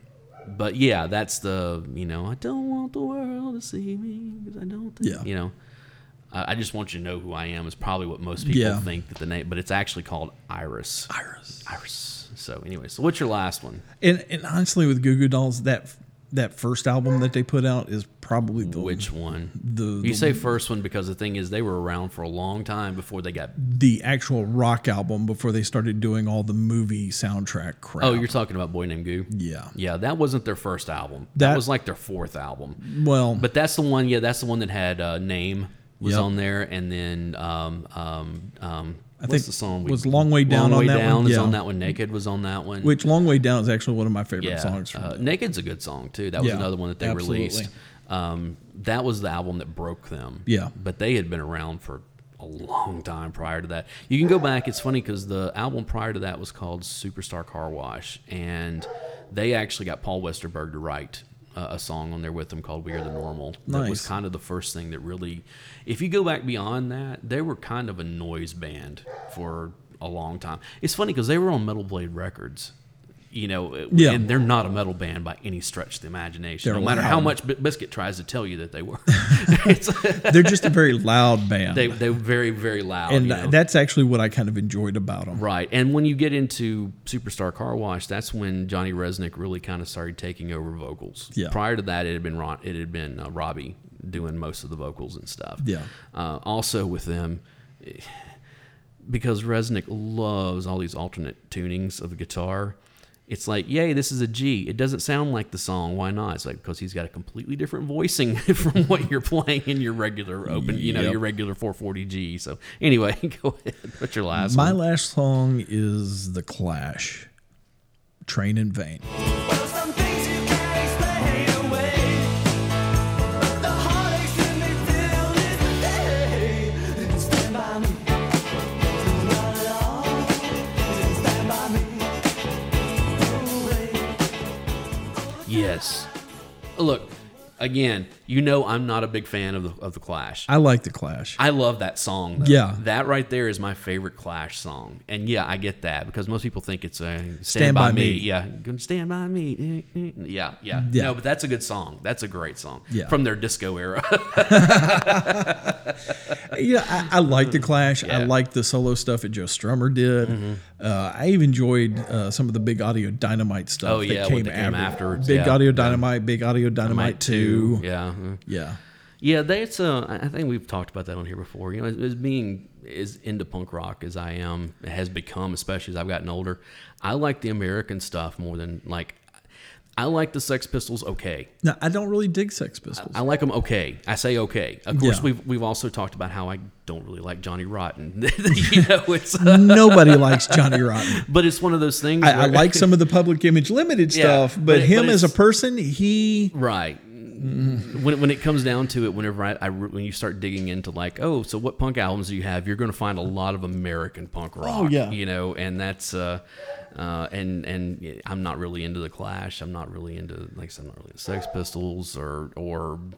[SPEAKER 1] but yeah, that's the you know I don't want the world to see me because I don't think
[SPEAKER 2] Yeah.
[SPEAKER 1] you know Uh, I I just want you to know who I am is probably what most people
[SPEAKER 2] Yeah.
[SPEAKER 1] think that the name, but it's actually called Iris.
[SPEAKER 2] Iris.
[SPEAKER 1] Iris. So, anyway, so what's your last one?
[SPEAKER 2] And, and honestly, with Goo Goo Dolls, that that first album that they put out is probably the
[SPEAKER 1] Which one?
[SPEAKER 2] the
[SPEAKER 1] you say first one because the thing is they were around for a long time before they got.
[SPEAKER 2] the actual rock album before they started doing all the movie soundtrack crap.
[SPEAKER 1] Oh, you're talking about Boy Named Goo.
[SPEAKER 2] yeah.
[SPEAKER 1] Yeah, that wasn't their first album. That,
[SPEAKER 2] That-
[SPEAKER 1] was like their fourth album.
[SPEAKER 2] Well,
[SPEAKER 1] But that's the one. Yeah, that's the one that had uh, Name was
[SPEAKER 2] Yep.
[SPEAKER 1] on there, and then um um um. I
[SPEAKER 2] think
[SPEAKER 1] the song
[SPEAKER 2] was Long Way
[SPEAKER 1] Long
[SPEAKER 2] Down on
[SPEAKER 1] Way
[SPEAKER 2] that one?
[SPEAKER 1] Down is
[SPEAKER 2] Yeah.
[SPEAKER 1] on that one. Naked was on that one.
[SPEAKER 2] which Long Way Down is actually one of my favorite songs from
[SPEAKER 1] uh,
[SPEAKER 2] them.
[SPEAKER 1] Naked's a good song too. That was
[SPEAKER 2] Yeah,
[SPEAKER 1] another one that they
[SPEAKER 2] absolutely.
[SPEAKER 1] released. Um, that was the album that broke them.
[SPEAKER 2] Yeah.
[SPEAKER 1] but they had been around for a long time prior to that. You can go back. It's funny because the album prior to that was called Superstar Car Wash, and they actually got Paul Westerberg to write. uh, A song on there with them called "We Are the Normal." That was
[SPEAKER 2] Nice.
[SPEAKER 1] kind of the first thing that really, if you go back beyond that, they were kind of a noise band for a long time. It's funny because they were on Metal Blade Records, you know, it-
[SPEAKER 2] Yeah.
[SPEAKER 1] and they're not a metal band by any stretch of the imagination.
[SPEAKER 2] They're
[SPEAKER 1] no matter how
[SPEAKER 2] loud.
[SPEAKER 1] much B- Biscuit tries to tell you that they
[SPEAKER 2] [laughs]
[SPEAKER 1] were, [laughs] it's,
[SPEAKER 2] They're just a very loud
[SPEAKER 1] [laughs]
[SPEAKER 2] band.
[SPEAKER 1] they they were very very loud.
[SPEAKER 2] and
[SPEAKER 1] you know.
[SPEAKER 2] that's actually what I kind of enjoyed about them.
[SPEAKER 1] right. And when you get into Superstar Car Wash, that's when Johnny Resnick really kind of started taking over vocals.
[SPEAKER 2] Yeah.
[SPEAKER 1] Prior to that, it had been Ron, it had been uh, Robbie doing most of the vocals and stuff.
[SPEAKER 2] Yeah.
[SPEAKER 1] Uh, also with them. [sighs] because Resnick loves all these alternate tunings of the guitar. It's like, yay, this is a G. It doesn't sound like the song. Why not? It's like because he's got a completely different voicing [laughs] from what you're playing in your regular open, you know,
[SPEAKER 2] Yep.
[SPEAKER 1] your regular 440G. So anyway, [laughs] go ahead. What's your last
[SPEAKER 2] My
[SPEAKER 1] one?
[SPEAKER 2] last song is The Clash, Train in Vain.
[SPEAKER 7] Well, some things you can't explain away. The heartaches that they feel is day. Stand by me. Don't run at all. Stand by me.
[SPEAKER 1] Yes. Look, Again, you know I'm not a big fan of the, of the Clash.
[SPEAKER 2] I like the Clash.
[SPEAKER 1] I love that song. Though.
[SPEAKER 2] Yeah.
[SPEAKER 1] that right there is my favorite Clash song, and yeah, I get that because most people think it's a Stand,
[SPEAKER 2] Stand
[SPEAKER 1] by,
[SPEAKER 2] By
[SPEAKER 1] me.
[SPEAKER 2] Me.
[SPEAKER 1] Yeah, gonna stand by me. Eh, eh. Yeah, yeah,
[SPEAKER 2] Yeah.
[SPEAKER 1] No, but that's a good song. That's a great song.
[SPEAKER 2] Yeah.
[SPEAKER 1] from their disco era.
[SPEAKER 2] yeah, I, I like the Clash. I like the solo stuff that Joe Strummer did.
[SPEAKER 1] Mm-hmm.
[SPEAKER 2] Uh, I even enjoyed uh, some of the Big Audio Dynamite stuff
[SPEAKER 1] Oh,
[SPEAKER 2] that
[SPEAKER 1] yeah, what
[SPEAKER 2] came
[SPEAKER 1] that came afterwards,
[SPEAKER 2] Big
[SPEAKER 1] yeah,
[SPEAKER 2] Audio
[SPEAKER 1] yeah.
[SPEAKER 2] Dynamite, Big
[SPEAKER 1] [laughs]
[SPEAKER 2] Audio Dynamite Two.
[SPEAKER 1] Yeah.
[SPEAKER 2] Yeah.
[SPEAKER 1] Yeah, that's. Uh, I I think we've talked about that on here before. You know, as, as being as into punk rock as I am it has become, especially as I've gotten older, I like the American stuff more than like. I like the Sex Pistols. Okay,
[SPEAKER 2] No, I don't really dig Sex Pistols.
[SPEAKER 1] I like them. Okay, I say okay. Of course,
[SPEAKER 2] Yeah.
[SPEAKER 1] we've we've also talked about how I don't really like Johnny Rotten. [laughs] you know, it's. uh,
[SPEAKER 2] Nobody
[SPEAKER 1] [laughs]
[SPEAKER 2] likes Johnny Rotten.
[SPEAKER 1] But it's one of those things.
[SPEAKER 2] Mm-hmm. I, I
[SPEAKER 1] where-
[SPEAKER 2] like some of the Public Image Limited
[SPEAKER 1] Yeah,
[SPEAKER 2] stuff,
[SPEAKER 1] but
[SPEAKER 2] but
[SPEAKER 1] it-
[SPEAKER 2] him
[SPEAKER 1] but
[SPEAKER 2] as a
[SPEAKER 1] it's-
[SPEAKER 2] person, he
[SPEAKER 1] Right. When, when it comes down to it, whenever I, I re- when you start digging into like, oh, so what punk albums do you have? You're going to find a lot of American punk rock.
[SPEAKER 2] Oh, yeah.
[SPEAKER 1] you know, and that's uh, uh, and and I'm not really into the Clash. I'm not really into like I said, I'm not really into Sex Pistols or or [sighs]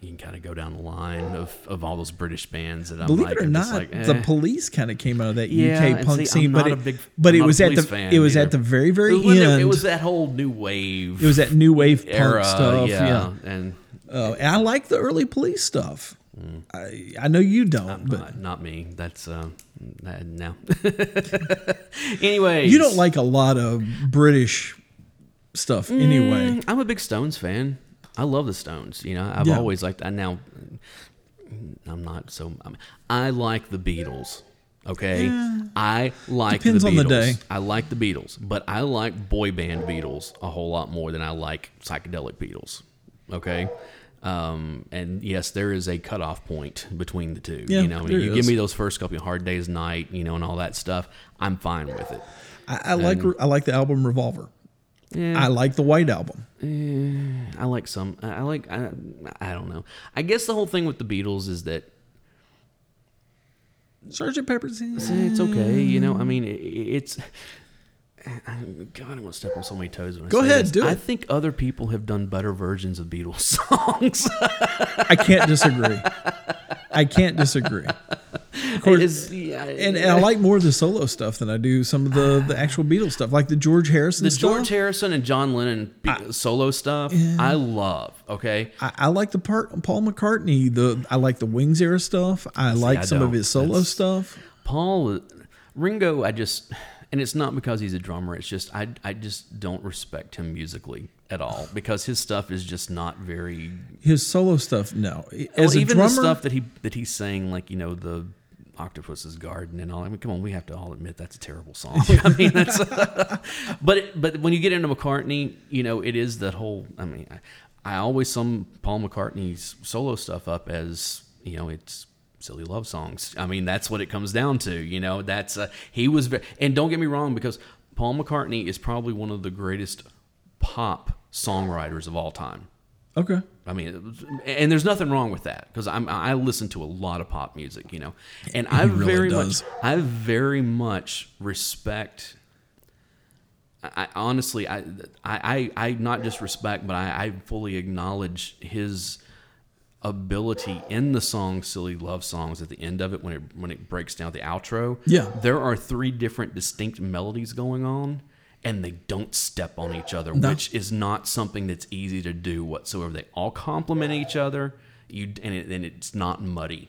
[SPEAKER 1] you can kind of go down the line of, of all those British bands that I'm
[SPEAKER 2] believe
[SPEAKER 1] like,
[SPEAKER 2] it or
[SPEAKER 1] I'm just
[SPEAKER 2] not,
[SPEAKER 1] like,
[SPEAKER 2] the
[SPEAKER 1] eh.
[SPEAKER 2] police kind of came out of that
[SPEAKER 1] Yeah,
[SPEAKER 2] UK
[SPEAKER 1] and
[SPEAKER 2] punk
[SPEAKER 1] see, I'm
[SPEAKER 2] scene,
[SPEAKER 1] not
[SPEAKER 2] but
[SPEAKER 1] a
[SPEAKER 2] it,
[SPEAKER 1] big-
[SPEAKER 2] but
[SPEAKER 1] I'm
[SPEAKER 2] it
[SPEAKER 1] not a
[SPEAKER 2] was at the
[SPEAKER 1] Police fan
[SPEAKER 2] it was
[SPEAKER 1] either.
[SPEAKER 2] at the very very
[SPEAKER 1] it was, when
[SPEAKER 2] end.
[SPEAKER 1] it, it was that whole new wave.
[SPEAKER 2] it was that new wave punk
[SPEAKER 1] era,
[SPEAKER 2] stuff.
[SPEAKER 1] Yeah,
[SPEAKER 2] Yeah,
[SPEAKER 1] and
[SPEAKER 2] Uh, and I like the early police stuff. I, I know you don't, but
[SPEAKER 1] Hmm. not, not me. That's uh, that, no. [laughs] anyway,
[SPEAKER 2] you don't like a lot of British stuff
[SPEAKER 1] Mm.
[SPEAKER 2] anyway.
[SPEAKER 1] I'm a big Stones fan. I love the Stones. You know, I've
[SPEAKER 2] Yeah.
[SPEAKER 1] always liked. I now, mm, I'm not so. I, mean, I like the Beatles. Okay, I like
[SPEAKER 2] Depends
[SPEAKER 1] the
[SPEAKER 2] on
[SPEAKER 1] Beatles.
[SPEAKER 2] the day.
[SPEAKER 1] I like the Beatles, but I like boy band Beatles a whole lot more than I like psychedelic Beatles. Okay. Um, and yes, there is a cutoff point between the two.
[SPEAKER 2] Yeah,
[SPEAKER 1] you know, I mean,
[SPEAKER 2] there
[SPEAKER 1] you
[SPEAKER 2] is.
[SPEAKER 1] give me those first couple of hard days, night, you know, and all that stuff. I'm fine with it.
[SPEAKER 2] I, I like I like the album Revolver.
[SPEAKER 1] Yeah.
[SPEAKER 2] I like the White album.
[SPEAKER 1] I like some. I I like. I, I don't know. I guess the whole thing with the Beatles is that
[SPEAKER 2] Sergeant Pepper's.
[SPEAKER 1] eh, it's okay. You know. I mean, i i- it's. [sighs] I- God, I want to step on so many toes. When I
[SPEAKER 2] Go
[SPEAKER 1] say
[SPEAKER 2] ahead,
[SPEAKER 1] this.
[SPEAKER 2] do
[SPEAKER 1] I
[SPEAKER 2] it.
[SPEAKER 1] think other people have done better versions of Beatles [laughs] songs.
[SPEAKER 2] I can't disagree. I
[SPEAKER 1] [laughs]
[SPEAKER 2] can't disagree. Of course,
[SPEAKER 1] It's- yeah,
[SPEAKER 2] and, and I like more of the solo stuff than I do some of the, the actual Beatles stuff, like the George Harrison
[SPEAKER 1] Ah. the
[SPEAKER 2] stuff.
[SPEAKER 1] George Harrison and John Lennon be- solo stuff. I love. Okay.
[SPEAKER 2] I, I like the part Paul McCartney. The I like the Wings era stuff. I like
[SPEAKER 1] I
[SPEAKER 2] some of
[SPEAKER 1] don't.
[SPEAKER 2] his solo
[SPEAKER 1] That's-
[SPEAKER 2] stuff.
[SPEAKER 1] Paul Ringo, I just and it's not because he's a drummer, it's just I I just don't respect him musically at all because his stuff is just not very
[SPEAKER 2] His solo stuff, no. As
[SPEAKER 1] well,
[SPEAKER 2] a
[SPEAKER 1] even
[SPEAKER 2] drummer,
[SPEAKER 1] the stuff that he that he's saying like, you know, the Octopus's Garden and all. I mean, come on, we have to all admit that's a terrible song. [laughs] I mean, that's but it, but when you get into McCartney, you know, it is that whole I mean, I, I always sum Paul McCartney's solo stuff up as, you know, it's silly love songs. I mean, that's what it comes down to, you know. That's uh, he was ve- and don't get me wrong because Paul McCartney is probably one of the greatest pop songwriters of all time.
[SPEAKER 2] okay.
[SPEAKER 1] I mean, it was- and there's nothing wrong with that because I'm I listen to a lot of pop music, you know,
[SPEAKER 2] [laughs]
[SPEAKER 1] and I
[SPEAKER 2] really
[SPEAKER 1] very
[SPEAKER 2] does.
[SPEAKER 1] much I very much respect. I I- honestly, I, I, I, I not just respect, but I, I fully acknowledge his ability in the song "Silly Love Songs" at the end of it when it when it breaks down the outro.
[SPEAKER 2] Yeah.
[SPEAKER 1] there are three different distinct melodies going on, and they don't step on each other, which is not something that's easy to do whatsoever. They all complement each other. You and, it, and it's not muddy.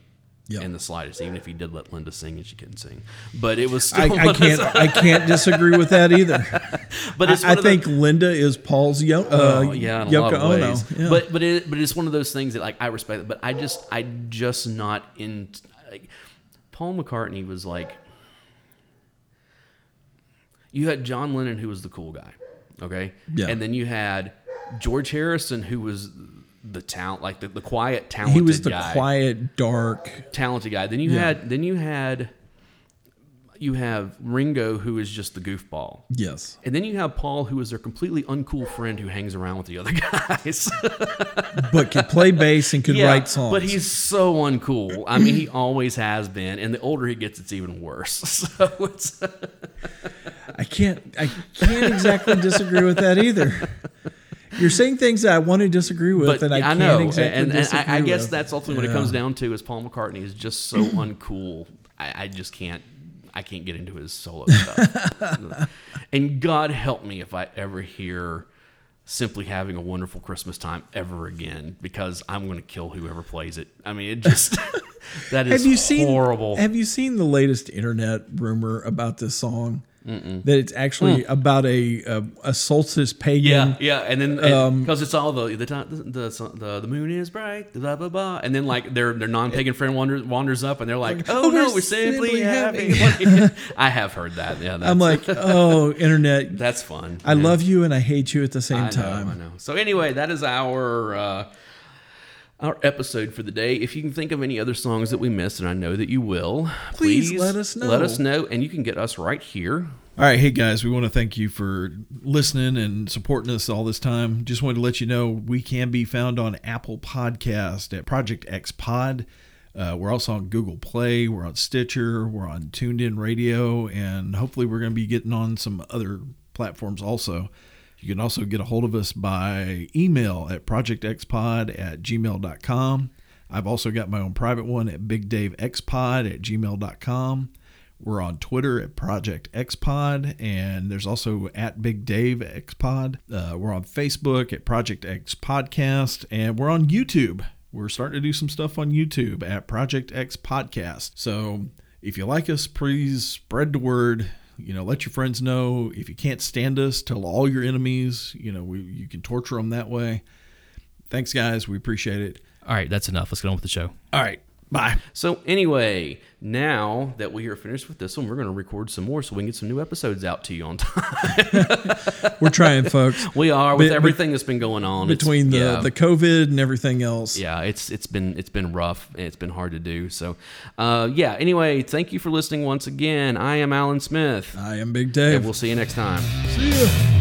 [SPEAKER 2] Yeah.
[SPEAKER 1] In the slightest, even if he did let Linda sing and she couldn't sing, but it was still. [laughs]
[SPEAKER 2] I,
[SPEAKER 1] one
[SPEAKER 2] I
[SPEAKER 1] of
[SPEAKER 2] can't.
[SPEAKER 1] those-
[SPEAKER 2] I can't disagree with that either.
[SPEAKER 1] [laughs] but it's
[SPEAKER 2] I,
[SPEAKER 1] one
[SPEAKER 2] I
[SPEAKER 1] of those-
[SPEAKER 2] think Linda is Paul's yo, uh,
[SPEAKER 1] Oh, yeah, in a lot
[SPEAKER 2] Yoko
[SPEAKER 1] of
[SPEAKER 2] Ono.
[SPEAKER 1] ways.
[SPEAKER 2] Yeah.
[SPEAKER 1] But but it, but it's one of those things that like I respect. But I just I just not in. Like, Paul McCartney was like. You had John Lennon, who was the cool guy, okay,
[SPEAKER 2] Yeah.
[SPEAKER 1] and then you had George Harrison, who was the talent, like the, the quiet, talented.
[SPEAKER 2] he was the
[SPEAKER 1] guy
[SPEAKER 2] quiet, dark.
[SPEAKER 1] talented guy. Then you had then you had you have Ringo who is just the goofball.
[SPEAKER 2] Yes,
[SPEAKER 1] And then you have Paul who is their completely uncool friend who hangs around with the other [laughs] guys.
[SPEAKER 2] but could play
[SPEAKER 1] [laughs]
[SPEAKER 2] bass and could write songs.
[SPEAKER 1] But he's so uncool. I mean, he always has been, and the older he gets, it's even worse. [laughs] So it's
[SPEAKER 2] I can't I can't exactly disagree with that either.
[SPEAKER 11] You're saying things that I want to disagree with,
[SPEAKER 1] But
[SPEAKER 11] and I,
[SPEAKER 1] yeah, I
[SPEAKER 11] can't
[SPEAKER 1] know,
[SPEAKER 11] exactly
[SPEAKER 1] and, and
[SPEAKER 11] disagree
[SPEAKER 1] I, I guess
[SPEAKER 11] with.
[SPEAKER 1] that's ultimately what
[SPEAKER 11] Yeah.
[SPEAKER 1] it comes down to is Paul McCartney is just
[SPEAKER 11] [clears throat]
[SPEAKER 1] so uncool. I, I just can't. I can't get into his solo
[SPEAKER 11] [laughs]
[SPEAKER 1] stuff. and God help me if I ever hear simply having a wonderful Christmas time ever again because I'm going to kill whoever plays it. I mean,
[SPEAKER 11] [laughs]
[SPEAKER 1] it just that is
[SPEAKER 11] Have you seen
[SPEAKER 1] horrible.
[SPEAKER 11] Have you seen the latest internet rumor about this song? That it's actually about a, a a solstice pagan.
[SPEAKER 1] Hmm. Yeah, yeah, and then
[SPEAKER 11] Um,
[SPEAKER 1] because it's all the the, ti- the the the the moon is bright, blah blah blah, and then like their their non pagan friend wanders wanders up, and they're like, "Oh, no,
[SPEAKER 11] we're
[SPEAKER 1] we're
[SPEAKER 11] simply
[SPEAKER 1] simply having."
[SPEAKER 11] [laughs]
[SPEAKER 1] fun." [laughs] I have heard that. Yeah, that's,
[SPEAKER 11] I'm like, oh,
[SPEAKER 1] [laughs]
[SPEAKER 11] internet.
[SPEAKER 1] that's fun.
[SPEAKER 11] I
[SPEAKER 1] Yeah.
[SPEAKER 11] love you and I hate you at the same
[SPEAKER 1] I know,
[SPEAKER 11] time.
[SPEAKER 1] I know. So anyway, that is our. Uh, our episode for the day. If you can think of any other songs that we missed, and I know that you will,
[SPEAKER 11] Please let us know.
[SPEAKER 1] Let us know, and you can get us right here.
[SPEAKER 2] All right, hey guys, we want to thank you for listening and supporting us all this time. Just wanted to let you know we can be found on Apple Podcast at Project X Pod. Uh, we're also on Google Play, we're on Stitcher, we're on Tuned In Radio, and hopefully we're going to be getting on some other platforms also. You can also get a hold of us by email at projectxpod at gmail.com. I've also got my own private one at bigdavexpod at gmail.com. We're on Twitter at Project XPod, and there's also at Big Dave XPod. Uh, we're on Facebook at Project X Podcast, and we're on YouTube. We're starting to do some stuff on YouTube at Project X Podcast. So if you like us, please spread the word. You know, let your friends know. If you can't stand us, tell all your enemies. You know, we, you can torture them that way. Thanks, guys. We appreciate it.
[SPEAKER 12] All right, that's enough. Let's get on with the show.
[SPEAKER 2] All right. Bye.
[SPEAKER 1] So anyway, now that we are finished with this one, we're going to record some more so we can get some new episodes out to you on [laughs] time.
[SPEAKER 11] We're trying,
[SPEAKER 2] [laughs]
[SPEAKER 11] folks.
[SPEAKER 1] We are with
[SPEAKER 11] Be- be-
[SPEAKER 1] everything that's been going on it's-
[SPEAKER 11] between the,
[SPEAKER 1] yeah.
[SPEAKER 11] the COVID and everything else.
[SPEAKER 1] yeah, it's it's been it's been rough and it's been hard to do. So, uh, yeah. Anyway,
[SPEAKER 11] Uh,
[SPEAKER 1] thank you for listening once again. I am Alan Smith.
[SPEAKER 11] I am Big Dave.
[SPEAKER 1] And we'll see you next time.
[SPEAKER 11] See ya.